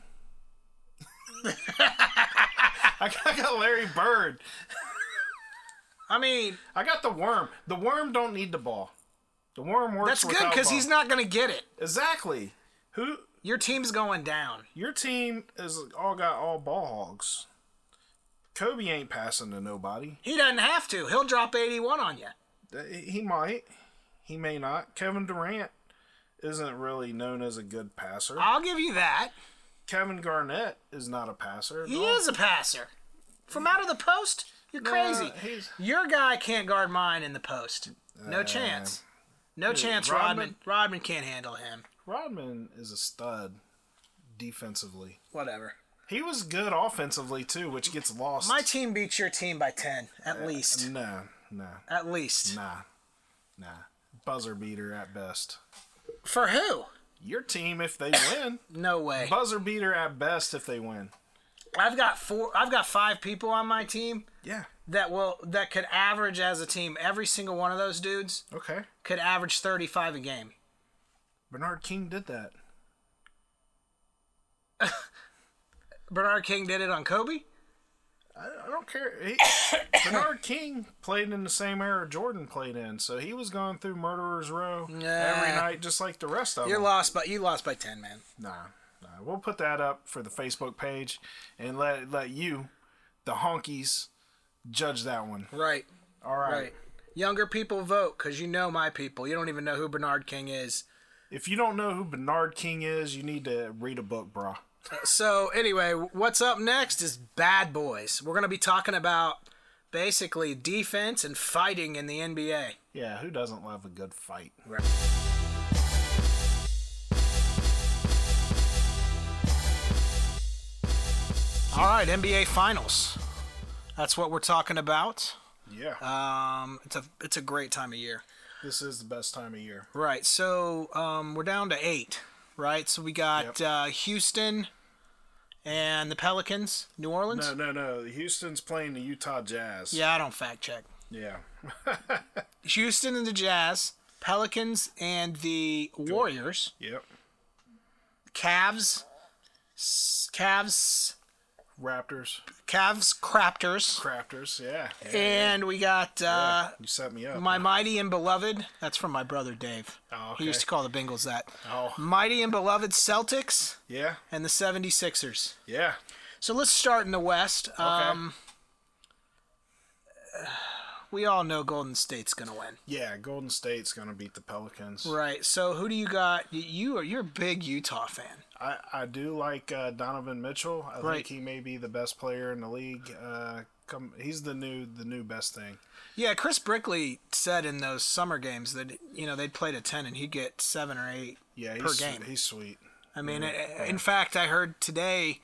[SPEAKER 1] I got- I got Larry Bird.
[SPEAKER 2] I mean,
[SPEAKER 1] I got the worm. The worm don't need the ball. The worm works.
[SPEAKER 2] that's good
[SPEAKER 1] without
[SPEAKER 2] because
[SPEAKER 1] ball.
[SPEAKER 2] he's not going to get it.
[SPEAKER 1] exactly. Who
[SPEAKER 2] Your team's going down.
[SPEAKER 1] your team is all got all ball hogs. Kobe ain't passing to nobody.
[SPEAKER 2] He doesn't have to. He'll drop 81 on you.
[SPEAKER 1] Uh, He might. He may not. Kevin Durant isn't really known as a good passer.
[SPEAKER 2] I'll give you that.
[SPEAKER 1] Kevin Garnett is not a passer. at
[SPEAKER 2] He
[SPEAKER 1] all.
[SPEAKER 2] is a passer. From out of the post, you're crazy.
[SPEAKER 1] he's-
[SPEAKER 2] Your guy can't guard mine in the post. No chance. No chance, Uh, Rodman.
[SPEAKER 1] Rodman-
[SPEAKER 2] Rodman can't handle him.
[SPEAKER 1] Rodman is a stud defensively.
[SPEAKER 2] Whatever.
[SPEAKER 1] He was good offensively too, which gets lost.
[SPEAKER 2] My team beats your team by 10, at least.
[SPEAKER 1] nah, nah,
[SPEAKER 2] At least.
[SPEAKER 1] nah, nah. Buzzer beater at best.
[SPEAKER 2] For who?
[SPEAKER 1] Your team, if they win,
[SPEAKER 2] No way.
[SPEAKER 1] buzzer beater at best if they win.
[SPEAKER 2] I've got four I've got five people on my team
[SPEAKER 1] Yeah.
[SPEAKER 2] that will that could average as a team. Every single one of those dudes
[SPEAKER 1] Okay.
[SPEAKER 2] could average 35 a game.
[SPEAKER 1] Bernard King did that.
[SPEAKER 2] Bernard King did it on Kobe?
[SPEAKER 1] I, I don't care. He, Bernard King played in the same era Jordan played in, so he was going through murderers row every
[SPEAKER 2] Nah.
[SPEAKER 1] night, just like the rest of
[SPEAKER 2] You're
[SPEAKER 1] them.
[SPEAKER 2] lost by you lost by 10, man.
[SPEAKER 1] Nah, nah. We'll put that up for the Facebook page and let let you, the honkies, judge that one.
[SPEAKER 2] Right.
[SPEAKER 1] All right.
[SPEAKER 2] Right. Younger people vote because you know my people. You don't even know who Bernard King is.
[SPEAKER 1] If you don't know who Bernard King is, you need to read a book, brah.
[SPEAKER 2] So, anyway, what's up next is Bad Boys. We're going to be talking about basically defense and fighting in the NBA.
[SPEAKER 1] Yeah, who doesn't love a good fight?
[SPEAKER 2] All right, NBA Finals. That's what we're talking about.
[SPEAKER 1] Yeah.
[SPEAKER 2] Um, it's a it's a great time of year.
[SPEAKER 1] this is the best time of year.
[SPEAKER 2] Right. So um, we're down to eight. Right. So we got uh, Houston and the Pelicans, New Orleans.
[SPEAKER 1] No, no, no. Houston's playing the Utah Jazz.
[SPEAKER 2] Yeah, I don't fact check.
[SPEAKER 1] Yeah.
[SPEAKER 2] Houston and the Jazz, Pelicans and the Warriors,
[SPEAKER 1] Yep.
[SPEAKER 2] Cavs, s- Cavs,
[SPEAKER 1] Raptors.
[SPEAKER 2] Cavs, Craptors,
[SPEAKER 1] Crafters. Yeah. Yeah.
[SPEAKER 2] and we got uh,
[SPEAKER 1] you set me up.
[SPEAKER 2] my mighty and beloved. That's from my brother Dave.
[SPEAKER 1] Oh,
[SPEAKER 2] He
[SPEAKER 1] okay.
[SPEAKER 2] used to call the Bengals that.
[SPEAKER 1] Oh.
[SPEAKER 2] Mighty and beloved Celtics
[SPEAKER 1] yeah.
[SPEAKER 2] and the 76ers.
[SPEAKER 1] Yeah.
[SPEAKER 2] So let's start in the West. Um, we all know Golden State's gonna win,
[SPEAKER 1] Yeah. Golden State's gonna beat the Pelicans.
[SPEAKER 2] right? So who do you got? Y- You are you're a big Utah fan.
[SPEAKER 1] I, I do like uh, Donovan Mitchell. I
[SPEAKER 2] Right.
[SPEAKER 1] think he may be the best player in the league. Uh, come, he's the new the new best thing.
[SPEAKER 2] Yeah, Chris Brickley said in those summer games that you know they'd play to ten and he'd get seven or eight.
[SPEAKER 1] Yeah, he's,
[SPEAKER 2] Per game.
[SPEAKER 1] he's sweet.
[SPEAKER 2] I mean,
[SPEAKER 1] Mm-hmm.
[SPEAKER 2] i- in fact, I heard today,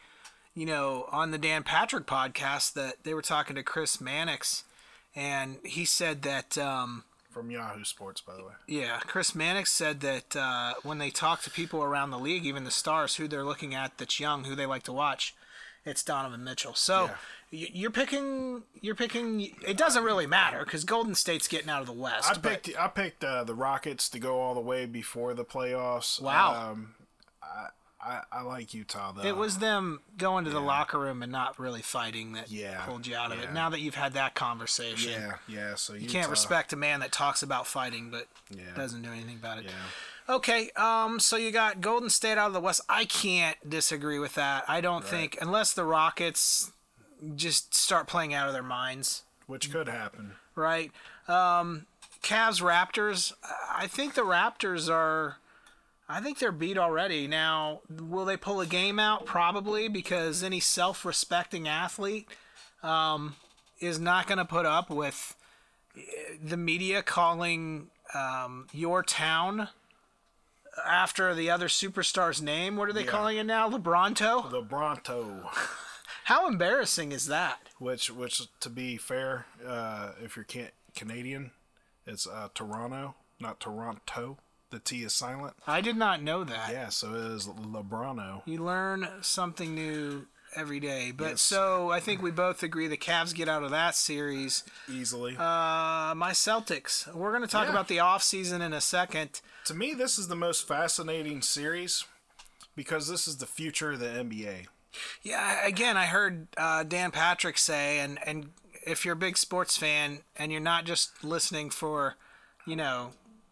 [SPEAKER 2] you know, on the Dan Patrick podcast that they were talking to Chris Mannix, and he said that. Um,
[SPEAKER 1] From Yahoo Sports, by the way.
[SPEAKER 2] Yeah, Chris Mannix said that uh, when they talk to people around the league, even the stars, who they're looking at that's young, who they like to watch, it's Donovan Mitchell. So y you're picking you're picking. It doesn't really matter because Golden State's getting out of the West.
[SPEAKER 1] I
[SPEAKER 2] but-
[SPEAKER 1] picked I picked uh, the Rockets to go all the way before the playoffs.
[SPEAKER 2] Wow.
[SPEAKER 1] Um, I, I I like Utah though.
[SPEAKER 2] It was them going to the locker room and not really fighting that
[SPEAKER 1] Yeah,
[SPEAKER 2] pulled you out of
[SPEAKER 1] yeah.
[SPEAKER 2] it. Now that you've had that conversation,
[SPEAKER 1] yeah yeah. So
[SPEAKER 2] you can't respect a man that talks about fighting but
[SPEAKER 1] Yeah.
[SPEAKER 2] doesn't do anything about it.
[SPEAKER 1] Yeah.
[SPEAKER 2] Okay, um, so you got Golden State out of the West. I can't disagree with that. I don't think unless the Rockets just start playing out of their minds,
[SPEAKER 1] Which could happen.
[SPEAKER 2] right? Um, Cavs Raptors. I think the Raptors are. I think they're beat already. Now, will they pull a game out? Probably because any self-respecting athlete um, is not going to put up with eh, the media calling um, your town after the other superstar's name. What are they calling it now? LeBronto.
[SPEAKER 1] The Bronto,
[SPEAKER 2] How embarrassing is that?
[SPEAKER 1] which which to be fair, uh, if you're can- Canadian, it's uh, Toronto, not Toronto. The T is silent.
[SPEAKER 2] I did not know that.
[SPEAKER 1] Yeah, so it is Lebrono.
[SPEAKER 2] You learn something new every day. But so I think we both agree the Cavs get out of that series.
[SPEAKER 1] easily.
[SPEAKER 2] Uh, my Celtics. We're going to talk
[SPEAKER 1] Yeah.
[SPEAKER 2] about the offseason in a second.
[SPEAKER 1] to me, this is the most fascinating series because this is the future of the NBA.
[SPEAKER 2] Yeah, again, I heard uh, Dan Patrick say, and, and if you're a big sports fan and you're not just listening for, you know,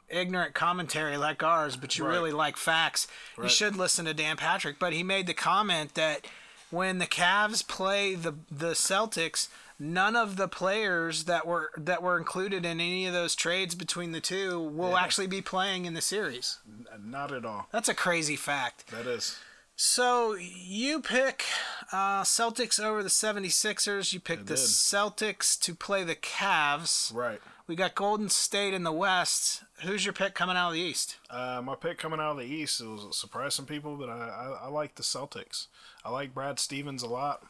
[SPEAKER 2] ignorant commentary like ours, but you
[SPEAKER 1] Right.
[SPEAKER 2] really like facts, you should listen to Dan Patrick. But he made the comment that when the Cavs play the the Celtics, none of the players that were that were included in any of those trades between the two will actually be playing in the series.
[SPEAKER 1] Not at all.
[SPEAKER 2] That's a crazy fact.
[SPEAKER 1] That is.
[SPEAKER 2] So you pick uh, Celtics over the 76ers. You pick the
[SPEAKER 1] did.
[SPEAKER 2] Celtics to play the Cavs.
[SPEAKER 1] Right.
[SPEAKER 2] We got Golden State in the West. Who's your pick coming out of the East?
[SPEAKER 1] Uh, my pick coming out of the East, it was surprise some people, but I, I, I like the Celtics. I like Brad Stevens a lot.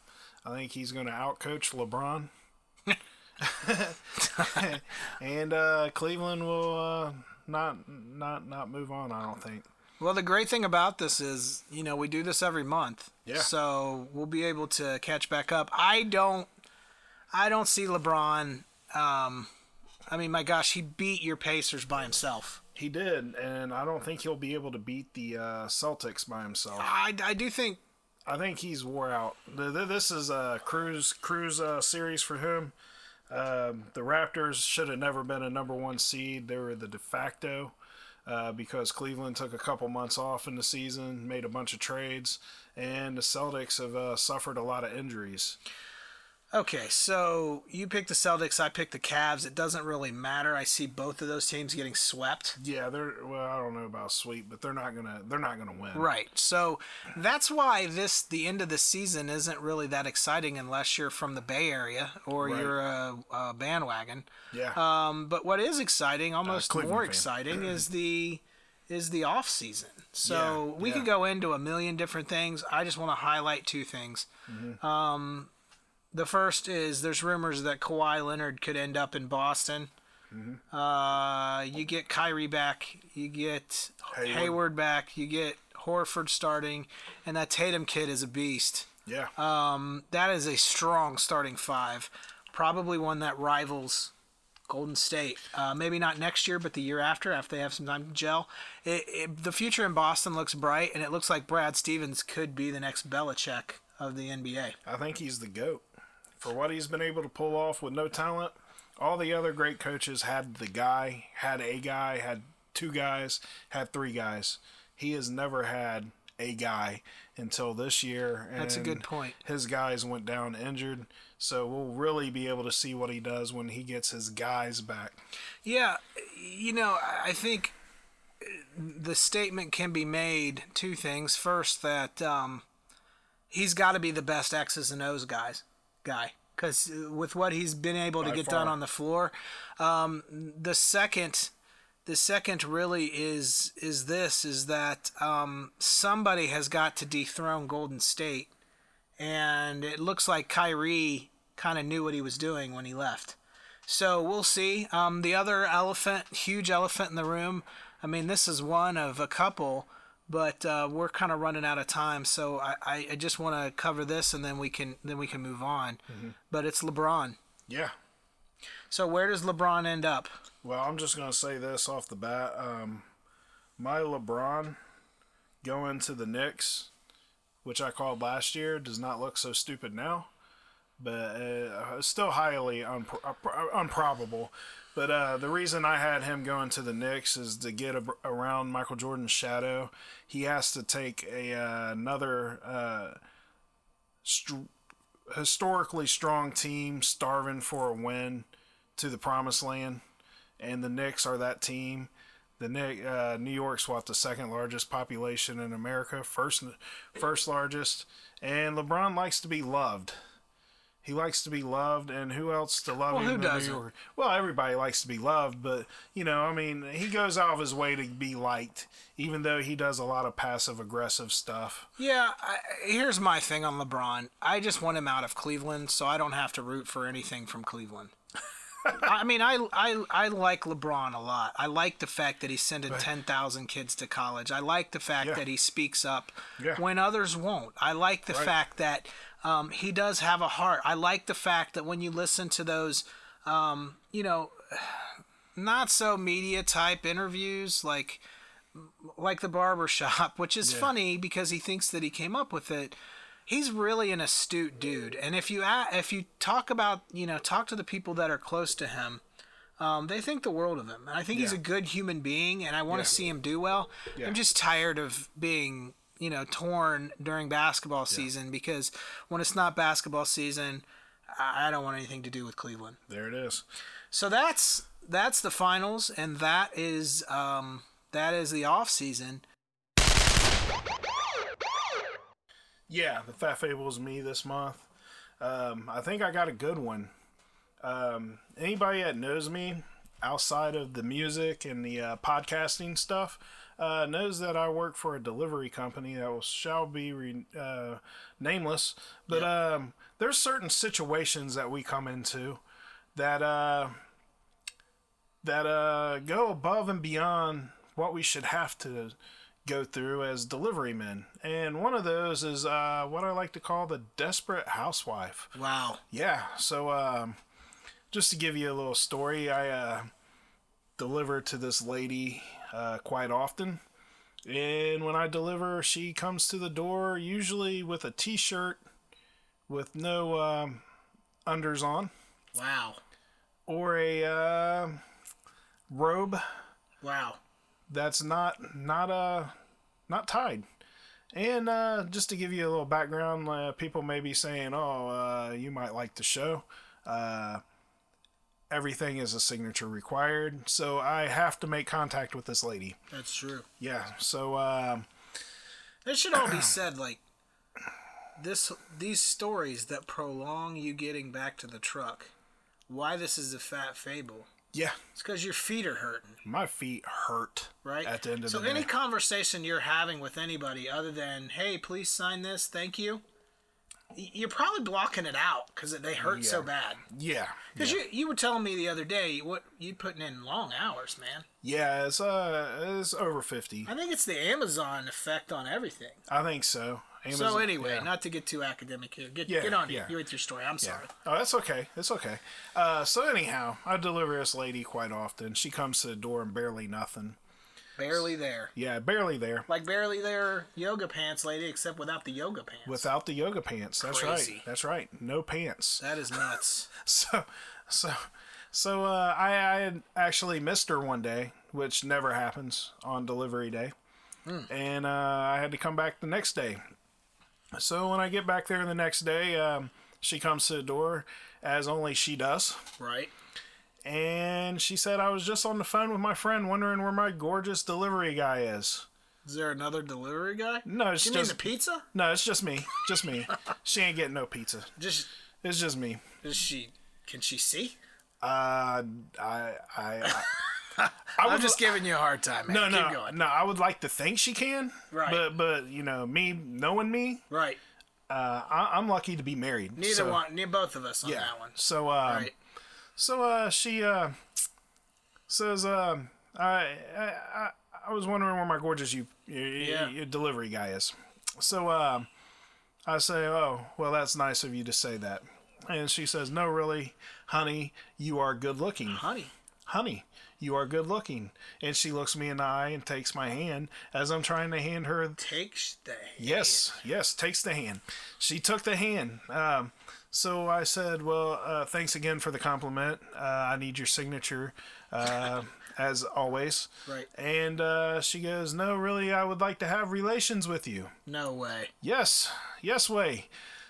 [SPEAKER 1] I think he's going to outcoach LeBron. and uh, Cleveland will uh, not not not move on. I don't think.
[SPEAKER 2] Well, the great thing about this is, you know, we do this every month.
[SPEAKER 1] Yeah.
[SPEAKER 2] So we'll be able to catch back up. I don't, I don't see LeBron. Um, I mean, my gosh, he beat your Pacers by himself.
[SPEAKER 1] He did, and I don't think he'll be able to beat the uh, Celtics by himself.
[SPEAKER 2] I, I do think
[SPEAKER 1] I think he's wore out. Th- th- This is a cruise cruise uh, series for him. Um, the Raptors should have never been a number one seed. They were the de facto uh, because Cleveland took a couple months off in the season, made a bunch of trades, and the Celtics have uh, suffered a lot of injuries.
[SPEAKER 2] Okay, so you pick the Celtics, I pick the Cavs. It doesn't really matter. I see both of those teams getting swept.
[SPEAKER 1] Yeah, they're well. I don't know about sweep, but they're not gonna they're not gonna win.
[SPEAKER 2] Right. So that's why this the end of the season isn't really that exciting unless you're from the Bay Area or
[SPEAKER 1] Right.
[SPEAKER 2] you're a, a bandwagon.
[SPEAKER 1] Yeah.
[SPEAKER 2] Um, but what is exciting, almost
[SPEAKER 1] Uh, Cleveland
[SPEAKER 2] more
[SPEAKER 1] fan.
[SPEAKER 2] exciting, is the is the off season. So
[SPEAKER 1] Yeah,
[SPEAKER 2] we
[SPEAKER 1] yeah.
[SPEAKER 2] could go into a million different things. I just want to highlight two things. Um,
[SPEAKER 1] Mm-hmm.
[SPEAKER 2] the first is there's rumors that Kawhi Leonard could end up in Boston.
[SPEAKER 1] Mm-hmm.
[SPEAKER 2] Uh, you get Kyrie back, you get
[SPEAKER 1] Hayward.
[SPEAKER 2] Hayward. back, you get Horford starting, and that Tatum kid is a beast.
[SPEAKER 1] yeah.
[SPEAKER 2] That is a strong starting five, probably one that rivals Golden State. Uh, maybe not next year, but the year after, after they have some time to gel. It, it, the future in Boston looks bright, and it looks like Brad Stevens could be the next Belichick of the NBA.
[SPEAKER 1] I think he's the GOAT. For what he's been able to pull off with no talent, all the other great coaches had the guy, had a guy, had two guys, had three guys. He has never had a guy until this year. And
[SPEAKER 2] That's a good point.
[SPEAKER 1] His guys went down injured, so we'll really be able to see what he does when he gets his guys back.
[SPEAKER 2] Yeah, you know, I- I think uh, the statement can be made two things. First, that um, he's got to be the best X's and O's guys guy because with what he's been able to
[SPEAKER 1] By
[SPEAKER 2] get
[SPEAKER 1] far.
[SPEAKER 2] done on the floor. Um, the second, the second really is is this is that um, somebody has got to dethrone Golden State, and it looks like Kyrie kind of knew what he was doing when he left. So we'll see. Um, the other elephant, huge elephant in the room. I mean, this is one of a couple, but uh, we're kind of running out of time, so I, I, I just want to cover this and then we can then we can move on. But it's LeBron.
[SPEAKER 1] Yeah.
[SPEAKER 2] So where does LeBron end up?
[SPEAKER 1] Well, I'm just gonna say this off the bat. Um, my LeBron going to the Knicks, which I called last year, does not look so stupid now, but uh, still highly unpro- uh, pro- uh, improbable. But uh, the reason I had him going to the Knicks is to get ab- around Michael Jordan's shadow. He has to take a uh, another uh, str- historically strong team starving for a win to the promised land, and the Knicks are that team. The Knick, uh, New York's what the second largest population in America, first first largest, and LeBron likes to be loved. He likes to be loved, and who else to love
[SPEAKER 2] Well,
[SPEAKER 1] him
[SPEAKER 2] who
[SPEAKER 1] than
[SPEAKER 2] doesn't?
[SPEAKER 1] New York? Well, everybody likes to be loved, but you know, I mean, he goes out of his way to be liked, even though he does a lot of passive aggressive stuff.
[SPEAKER 2] Yeah, I, here's my thing on LeBron. I just want him out of Cleveland, so I don't have to root for anything from Cleveland. I mean, I, I I like LeBron a lot. I like the fact that he's sending ten thousand kids to college. I like the fact
[SPEAKER 1] Yeah.
[SPEAKER 2] that he speaks up
[SPEAKER 1] Yeah.
[SPEAKER 2] when others won't. I like the fact that um, he does have a heart. I like the fact that when you listen to those, um, you know, not so media type interviews like like the barber shop, which is funny because he thinks that he came up with it. He's really an astute dude, and if you a- if you talk about you know talk to the people that are close to him, um, they think the world of him. And I think he's a
[SPEAKER 1] Yeah.
[SPEAKER 2] good human being, and I want to
[SPEAKER 1] Yeah.
[SPEAKER 2] see him do well.
[SPEAKER 1] Yeah.
[SPEAKER 2] I'm just tired of being you know torn during basketball season because when it's not basketball season, I I don't want anything to do with Cleveland.
[SPEAKER 1] There it is.
[SPEAKER 2] So that's that's the finals, and that is um, that is the off season.
[SPEAKER 1] Yeah, the Fat Fables me this month. Um, I think I got a good one. Um, anybody that knows me outside of the music and the uh, podcasting stuff uh, knows that I work for a delivery company that will, shall be re, uh, nameless. But um, there's certain situations that we come into that uh, that uh, go above and beyond what we should have to go through as delivery men. And one of those is uh, what I like to call the desperate housewife.
[SPEAKER 2] Wow.
[SPEAKER 1] Yeah. So um, just to give you a little story, I uh, deliver to this lady uh, quite often. And when I deliver, she comes to the door usually with a t shirt with no um, unders on
[SPEAKER 2] Wow.
[SPEAKER 1] or a uh, robe
[SPEAKER 2] Wow.
[SPEAKER 1] that's not not uh not tied. And uh, just to give you a little background, uh, people may be saying, "Oh, uh, you might like the show." Uh, everything is a signature required, so I have to make contact with this lady.
[SPEAKER 2] That's true.
[SPEAKER 1] Yeah, so um
[SPEAKER 2] That should all be said like this these stories that prolong you getting back to the truck. Why this is a fat fable.
[SPEAKER 1] yeah,
[SPEAKER 2] It's cuz your feet are hurting,
[SPEAKER 1] my feet hurt
[SPEAKER 2] right?
[SPEAKER 1] at the end of
[SPEAKER 2] so
[SPEAKER 1] the
[SPEAKER 2] any
[SPEAKER 1] day.
[SPEAKER 2] conversation you're having with anybody other than, "Hey, please sign this. Thank you." y- You're probably blocking it out cuz they hurt so
[SPEAKER 1] Yeah.
[SPEAKER 2] bad.
[SPEAKER 1] yeah,
[SPEAKER 2] Because you you were telling me the other day what you putting in long hours, man.
[SPEAKER 1] yeah, it's uh, it's over fifty.
[SPEAKER 2] I think it's the Amazon effect on everything.
[SPEAKER 1] I think so.
[SPEAKER 2] so
[SPEAKER 1] Amazon-
[SPEAKER 2] anyway,
[SPEAKER 1] yeah.
[SPEAKER 2] not to get too academic here. Get
[SPEAKER 1] Yeah,
[SPEAKER 2] get on
[SPEAKER 1] yeah.
[SPEAKER 2] here. You with your story. I'm sorry.
[SPEAKER 1] Oh, that's okay. That's okay. Uh, so anyhow, I deliver this lady quite often. She comes to the door and barely nothing.
[SPEAKER 2] Barely there.
[SPEAKER 1] Yeah, barely there.
[SPEAKER 2] Like barely there yoga pants lady, except without the yoga pants.
[SPEAKER 1] Without the yoga pants. That's
[SPEAKER 2] Crazy.
[SPEAKER 1] right. That's right. No pants.
[SPEAKER 2] that is nuts.
[SPEAKER 1] So, so, so uh, I, I had actually missed her one day, which never happens on delivery day, and uh, I had to come back the next day. So when I get back there the next day, um, she comes to the door, as only she does.
[SPEAKER 2] right?
[SPEAKER 1] and she said I was just on the phone with my friend wondering where my gorgeous delivery guy is.
[SPEAKER 2] Is there another delivery guy?
[SPEAKER 1] No, it's
[SPEAKER 2] You mean
[SPEAKER 1] just
[SPEAKER 2] the pizza?
[SPEAKER 1] no, it's just me, just me. she ain't getting no pizza.
[SPEAKER 2] Just
[SPEAKER 1] It's just me.
[SPEAKER 2] is she? Can she see?
[SPEAKER 1] Uh, I, I, I, I
[SPEAKER 2] I'm
[SPEAKER 1] would
[SPEAKER 2] just giving you a hard time, man.
[SPEAKER 1] no,
[SPEAKER 2] Keep
[SPEAKER 1] no,
[SPEAKER 2] going.
[SPEAKER 1] no. I would like to think she can,
[SPEAKER 2] Right.
[SPEAKER 1] But, but you know, me knowing me,
[SPEAKER 2] Right.
[SPEAKER 1] uh, I, I'm lucky to be married.
[SPEAKER 2] Neither
[SPEAKER 1] so,
[SPEAKER 2] one. Neither both of us on
[SPEAKER 1] Yeah.
[SPEAKER 2] that one.
[SPEAKER 1] So, uh,
[SPEAKER 2] Right.
[SPEAKER 1] so uh, she uh, says, um, I, I, I- I was wondering where my gorgeous you, you,
[SPEAKER 2] Yeah.
[SPEAKER 1] you delivery guy is. So uh, I say, oh, well, that's nice of you to say that. And she says, no, really, honey, you are good looking.
[SPEAKER 2] honey.
[SPEAKER 1] Honey, you are good looking. And she looks me in the eye and takes my hand as I'm trying to hand her
[SPEAKER 2] Take sh- the
[SPEAKER 1] Yes, yes, takes the hand. She took the hand. Um, so I said, Well, uh, thanks again for the compliment. Uh, I need your signature, uh, as always.
[SPEAKER 2] Right.
[SPEAKER 1] And uh, she goes, No, really, I would like to have relations with you.
[SPEAKER 2] No way.
[SPEAKER 1] Yes, yes, way.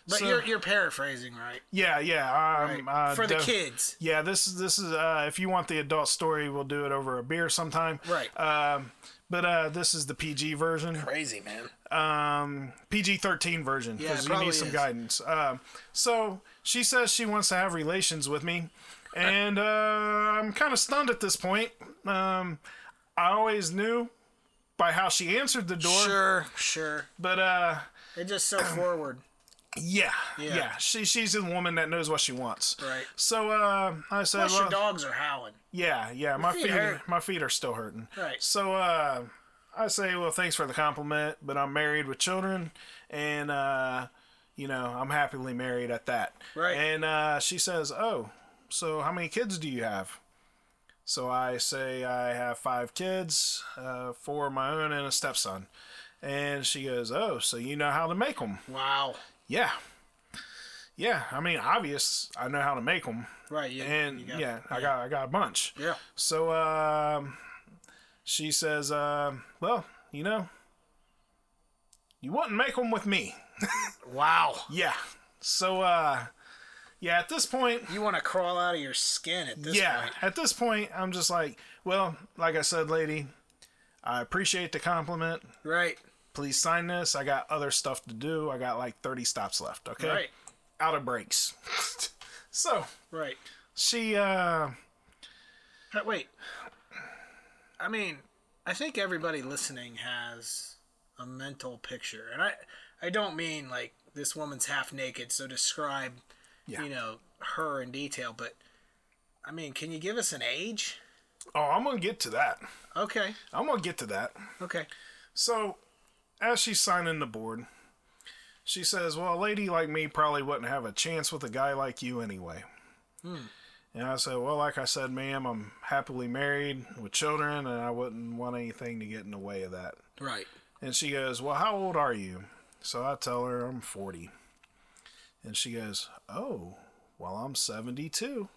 [SPEAKER 2] But
[SPEAKER 1] So-
[SPEAKER 2] you're you're paraphrasing, right?
[SPEAKER 1] Yeah, yeah.
[SPEAKER 2] Right.
[SPEAKER 1] Um, uh,
[SPEAKER 2] For the
[SPEAKER 1] def-
[SPEAKER 2] kids.
[SPEAKER 1] Yeah, this is this is uh, if you want the adult story, we'll do it over a beer sometime.
[SPEAKER 2] Right.
[SPEAKER 1] Um, but uh, this is the PG version.
[SPEAKER 2] Crazy man.
[SPEAKER 1] um, PG thirteen version
[SPEAKER 2] Yeah, it
[SPEAKER 1] because you
[SPEAKER 2] probably
[SPEAKER 1] need some
[SPEAKER 2] is.
[SPEAKER 1] guidance. Um, so she says she wants to have relations with me, and uh, I'm kind of stunned at this point. Um, I always knew by how she answered the door,
[SPEAKER 2] Sure, sure.
[SPEAKER 1] but uh,
[SPEAKER 2] They're just so forward.
[SPEAKER 1] yeah, yeah,
[SPEAKER 2] Yeah.
[SPEAKER 1] she she's a woman that knows what she wants.
[SPEAKER 2] Right.
[SPEAKER 1] So uh, I said,
[SPEAKER 2] Plus, your
[SPEAKER 1] well,
[SPEAKER 2] dogs are howling.
[SPEAKER 1] Yeah, yeah. My
[SPEAKER 2] feet
[SPEAKER 1] feet, are,
[SPEAKER 2] hurt.
[SPEAKER 1] my feet are still hurting.
[SPEAKER 2] Right.
[SPEAKER 1] So uh, I say, well, thanks for the compliment, but I'm married with children, and uh, you know I'm happily married at that.
[SPEAKER 2] Right.
[SPEAKER 1] And uh, she says, oh, so how many kids do you have? So I say I have five kids, uh, four of my own, and a stepson. And she goes, oh, so you know how to make them?
[SPEAKER 2] Wow.
[SPEAKER 1] Yeah. Yeah, I mean, obvious. I know how to make them,
[SPEAKER 2] Right. You,
[SPEAKER 1] and
[SPEAKER 2] you got-
[SPEAKER 1] yeah, I got I got a bunch.
[SPEAKER 2] Yeah.
[SPEAKER 1] So um, she says, um, "Well, you know, you wouldn't make them with me."
[SPEAKER 2] Wow.
[SPEAKER 1] Yeah. So uh, yeah, at this point,
[SPEAKER 2] You want to crawl out of your skin at this
[SPEAKER 1] yeah,
[SPEAKER 2] point.
[SPEAKER 1] at this point, I'm just like, well, like I said, lady, I appreciate the compliment.
[SPEAKER 2] Right.
[SPEAKER 1] Please sign this. I got other stuff to do. I got like 30 stops left. Okay.
[SPEAKER 2] Right.
[SPEAKER 1] Out of breaks. so
[SPEAKER 2] Right.
[SPEAKER 1] she uh,
[SPEAKER 2] Uh, Wait. I mean, I think everybody listening has a mental picture, and I I don't mean like this woman's half naked, so describe
[SPEAKER 1] Yeah.
[SPEAKER 2] you know her in detail, but I mean, can you give us an age?
[SPEAKER 1] oh, I'm gonna get to that.
[SPEAKER 2] Okay.
[SPEAKER 1] I'm gonna get to that.
[SPEAKER 2] Okay.
[SPEAKER 1] So, as she's signing the board, she says, Well, a lady like me probably wouldn't have a chance with a guy like you anyway. And I said, Well, like I said, ma'am, I'm happily married with children, and I wouldn't want anything to get in the way of that.
[SPEAKER 2] Right.
[SPEAKER 1] And she goes, Well, how old are you? So I tell her I'm 40. And she goes, Oh, well, I'm 72.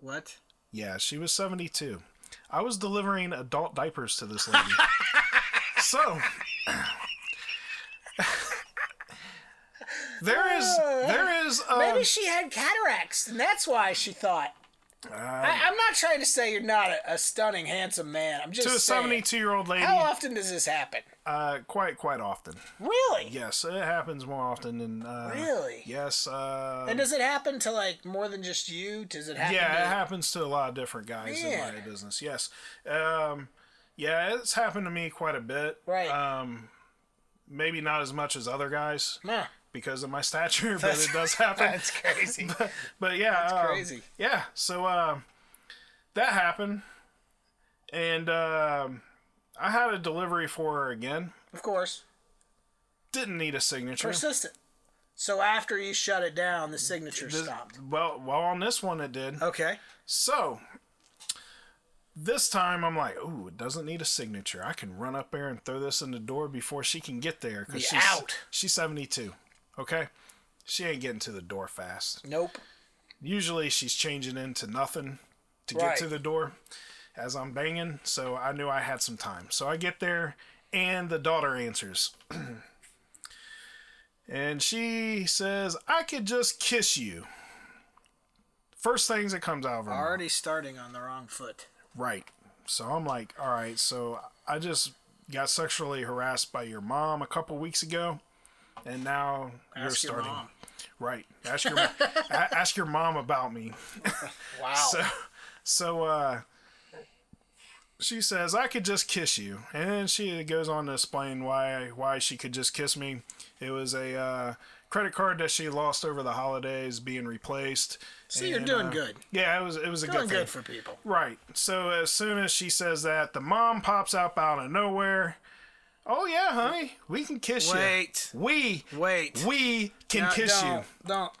[SPEAKER 2] What?
[SPEAKER 1] Yeah, she was 72. I was delivering adult diapers to this lady. so there is there is um,
[SPEAKER 2] Maybe she had cataracts, and that's why she thought.
[SPEAKER 1] Uh,
[SPEAKER 2] I, I'm not trying to say you're not a, a stunning, handsome man. I'm just
[SPEAKER 1] to a
[SPEAKER 2] saying.
[SPEAKER 1] 72 year old lady
[SPEAKER 2] How often does this happen?
[SPEAKER 1] uh, quite quite often.
[SPEAKER 2] Really?
[SPEAKER 1] Yes, it happens more often than uh,
[SPEAKER 2] Really?
[SPEAKER 1] Yes. Uh,
[SPEAKER 2] And does it happen to like more than just you? Does it happen?
[SPEAKER 1] yeah,
[SPEAKER 2] to,
[SPEAKER 1] it happens to a lot of different guys
[SPEAKER 2] Man.
[SPEAKER 1] in my business. Yes. Um, yeah, it's happened to me quite a bit.
[SPEAKER 2] Right.
[SPEAKER 1] Um, maybe not as much as other guys.
[SPEAKER 2] Nah,
[SPEAKER 1] because of my stature, but it does happen.
[SPEAKER 2] that's crazy.
[SPEAKER 1] but yeah, that's
[SPEAKER 2] crazy.
[SPEAKER 1] Yeah, so uh, that happened, and um I had a delivery for her again.
[SPEAKER 2] of course,
[SPEAKER 1] Didn't need a signature.
[SPEAKER 2] persistent. So after you shut it down, the signature stopped.
[SPEAKER 1] Well, well, on this one it did.
[SPEAKER 2] Okay.
[SPEAKER 1] So this time I'm like, ooh, it doesn't need a signature. I can run up there and throw this in the door before she can get there
[SPEAKER 2] Be
[SPEAKER 1] because she's
[SPEAKER 2] out.
[SPEAKER 1] she's 72. Okay, she ain't getting to the door fast.
[SPEAKER 2] Nope.
[SPEAKER 1] usually she's changing into nothing to
[SPEAKER 2] Right.
[SPEAKER 1] get to the door as I'm banging, so I knew I had some time. So I get there and the daughter answers. and she says, "I could just kiss you." First things that comes out of her mouth.
[SPEAKER 2] Already starting on the wrong foot.
[SPEAKER 1] Right. So I'm like, all right, so I just got sexually harassed by your mom a couple weeks ago, and now you're
[SPEAKER 2] Ask your
[SPEAKER 1] starting.
[SPEAKER 2] mom.
[SPEAKER 1] Right. Ask your a- ask your mom about me.
[SPEAKER 2] Wow.
[SPEAKER 1] So uh she says, I could just kiss you. And then she goes on to explain why why she could just kiss me. It was a uh, credit card that she lost over the holidays being replaced.
[SPEAKER 2] See, you're
[SPEAKER 1] uh,
[SPEAKER 2] doing good.
[SPEAKER 1] Yeah, it was it was a
[SPEAKER 2] Doing
[SPEAKER 1] good thing.
[SPEAKER 2] good for people.
[SPEAKER 1] Right. So as soon as she says that, the mom pops up out of nowhere. Oh yeah, honey, we can kiss
[SPEAKER 2] Wait.
[SPEAKER 1] you. We
[SPEAKER 2] Wait.
[SPEAKER 1] we can
[SPEAKER 2] No,
[SPEAKER 1] kiss
[SPEAKER 2] don't,
[SPEAKER 1] you.
[SPEAKER 2] Don't.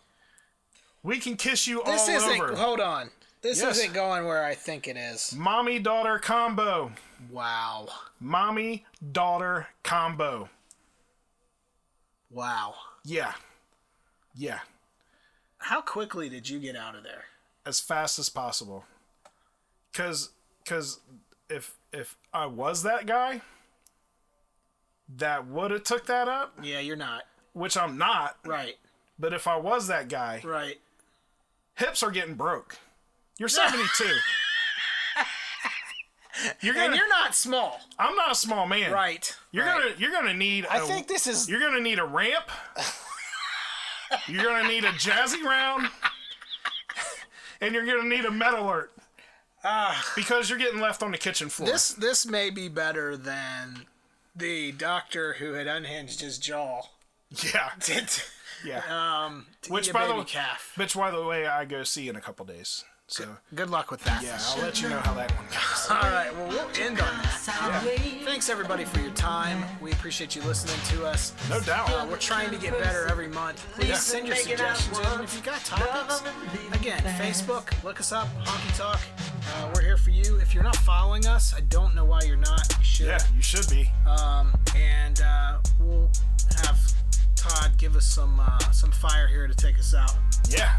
[SPEAKER 1] We can kiss you
[SPEAKER 2] This
[SPEAKER 1] all
[SPEAKER 2] isn't.
[SPEAKER 1] over.
[SPEAKER 2] Hold on. This
[SPEAKER 1] Yes.
[SPEAKER 2] isn't going where I think it is.
[SPEAKER 1] Mommy daughter combo.
[SPEAKER 2] Wow.
[SPEAKER 1] Mommy daughter combo.
[SPEAKER 2] Wow.
[SPEAKER 1] Yeah. Yeah.
[SPEAKER 2] How quickly did you get out of there?
[SPEAKER 1] As fast as possible. Cause cause if if I was that guy that would have took that up,
[SPEAKER 2] Yeah, you're not.
[SPEAKER 1] which I'm not,
[SPEAKER 2] Right.
[SPEAKER 1] but if I was that guy,
[SPEAKER 2] Right.
[SPEAKER 1] hips are getting broke. You're 72. you're gonna.
[SPEAKER 2] And you're not small.
[SPEAKER 1] I'm not a small man.
[SPEAKER 2] Right.
[SPEAKER 1] You're
[SPEAKER 2] right.
[SPEAKER 1] gonna. You're gonna need.
[SPEAKER 2] I
[SPEAKER 1] a-
[SPEAKER 2] think this is.
[SPEAKER 1] You're gonna need a ramp. you're gonna need a jazzy round. And you're gonna need a metal alert. because you're getting left on the kitchen floor.
[SPEAKER 2] This this may be better than the doctor who had unhinged his jaw.
[SPEAKER 1] yeah.
[SPEAKER 2] Did
[SPEAKER 1] Yeah.
[SPEAKER 2] um to
[SPEAKER 1] Which,
[SPEAKER 2] eat a
[SPEAKER 1] by the
[SPEAKER 2] baby
[SPEAKER 1] way-
[SPEAKER 2] calf.
[SPEAKER 1] Which, by the way, I go see in a couple days. So
[SPEAKER 2] Good luck with that.
[SPEAKER 1] yeah, I'll let you know how that one goes.
[SPEAKER 2] All right. Well, we'll end on that. Thanks everybody for your time. We appreciate you listening to us.
[SPEAKER 1] No doubt.
[SPEAKER 2] Uh, we're trying to get better every month. Please
[SPEAKER 1] Yeah.
[SPEAKER 2] send your suggestions in. And If you got topics, again, Facebook, look us up, Honky Talk. Uh, we're here for you. If you're not following us, I don't know why you're not. You should.
[SPEAKER 1] Yeah, you should be.
[SPEAKER 2] Um, and uh, we'll have Todd give us some uh, some fire here to take us out.
[SPEAKER 1] Yeah.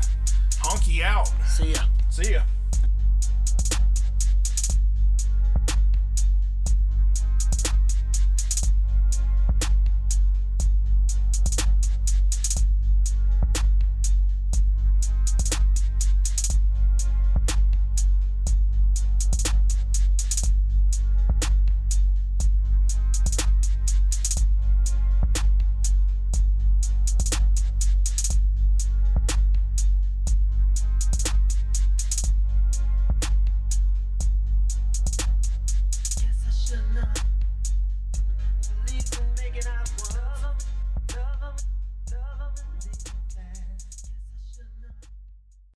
[SPEAKER 1] Honky out.
[SPEAKER 2] See ya.
[SPEAKER 1] See ya.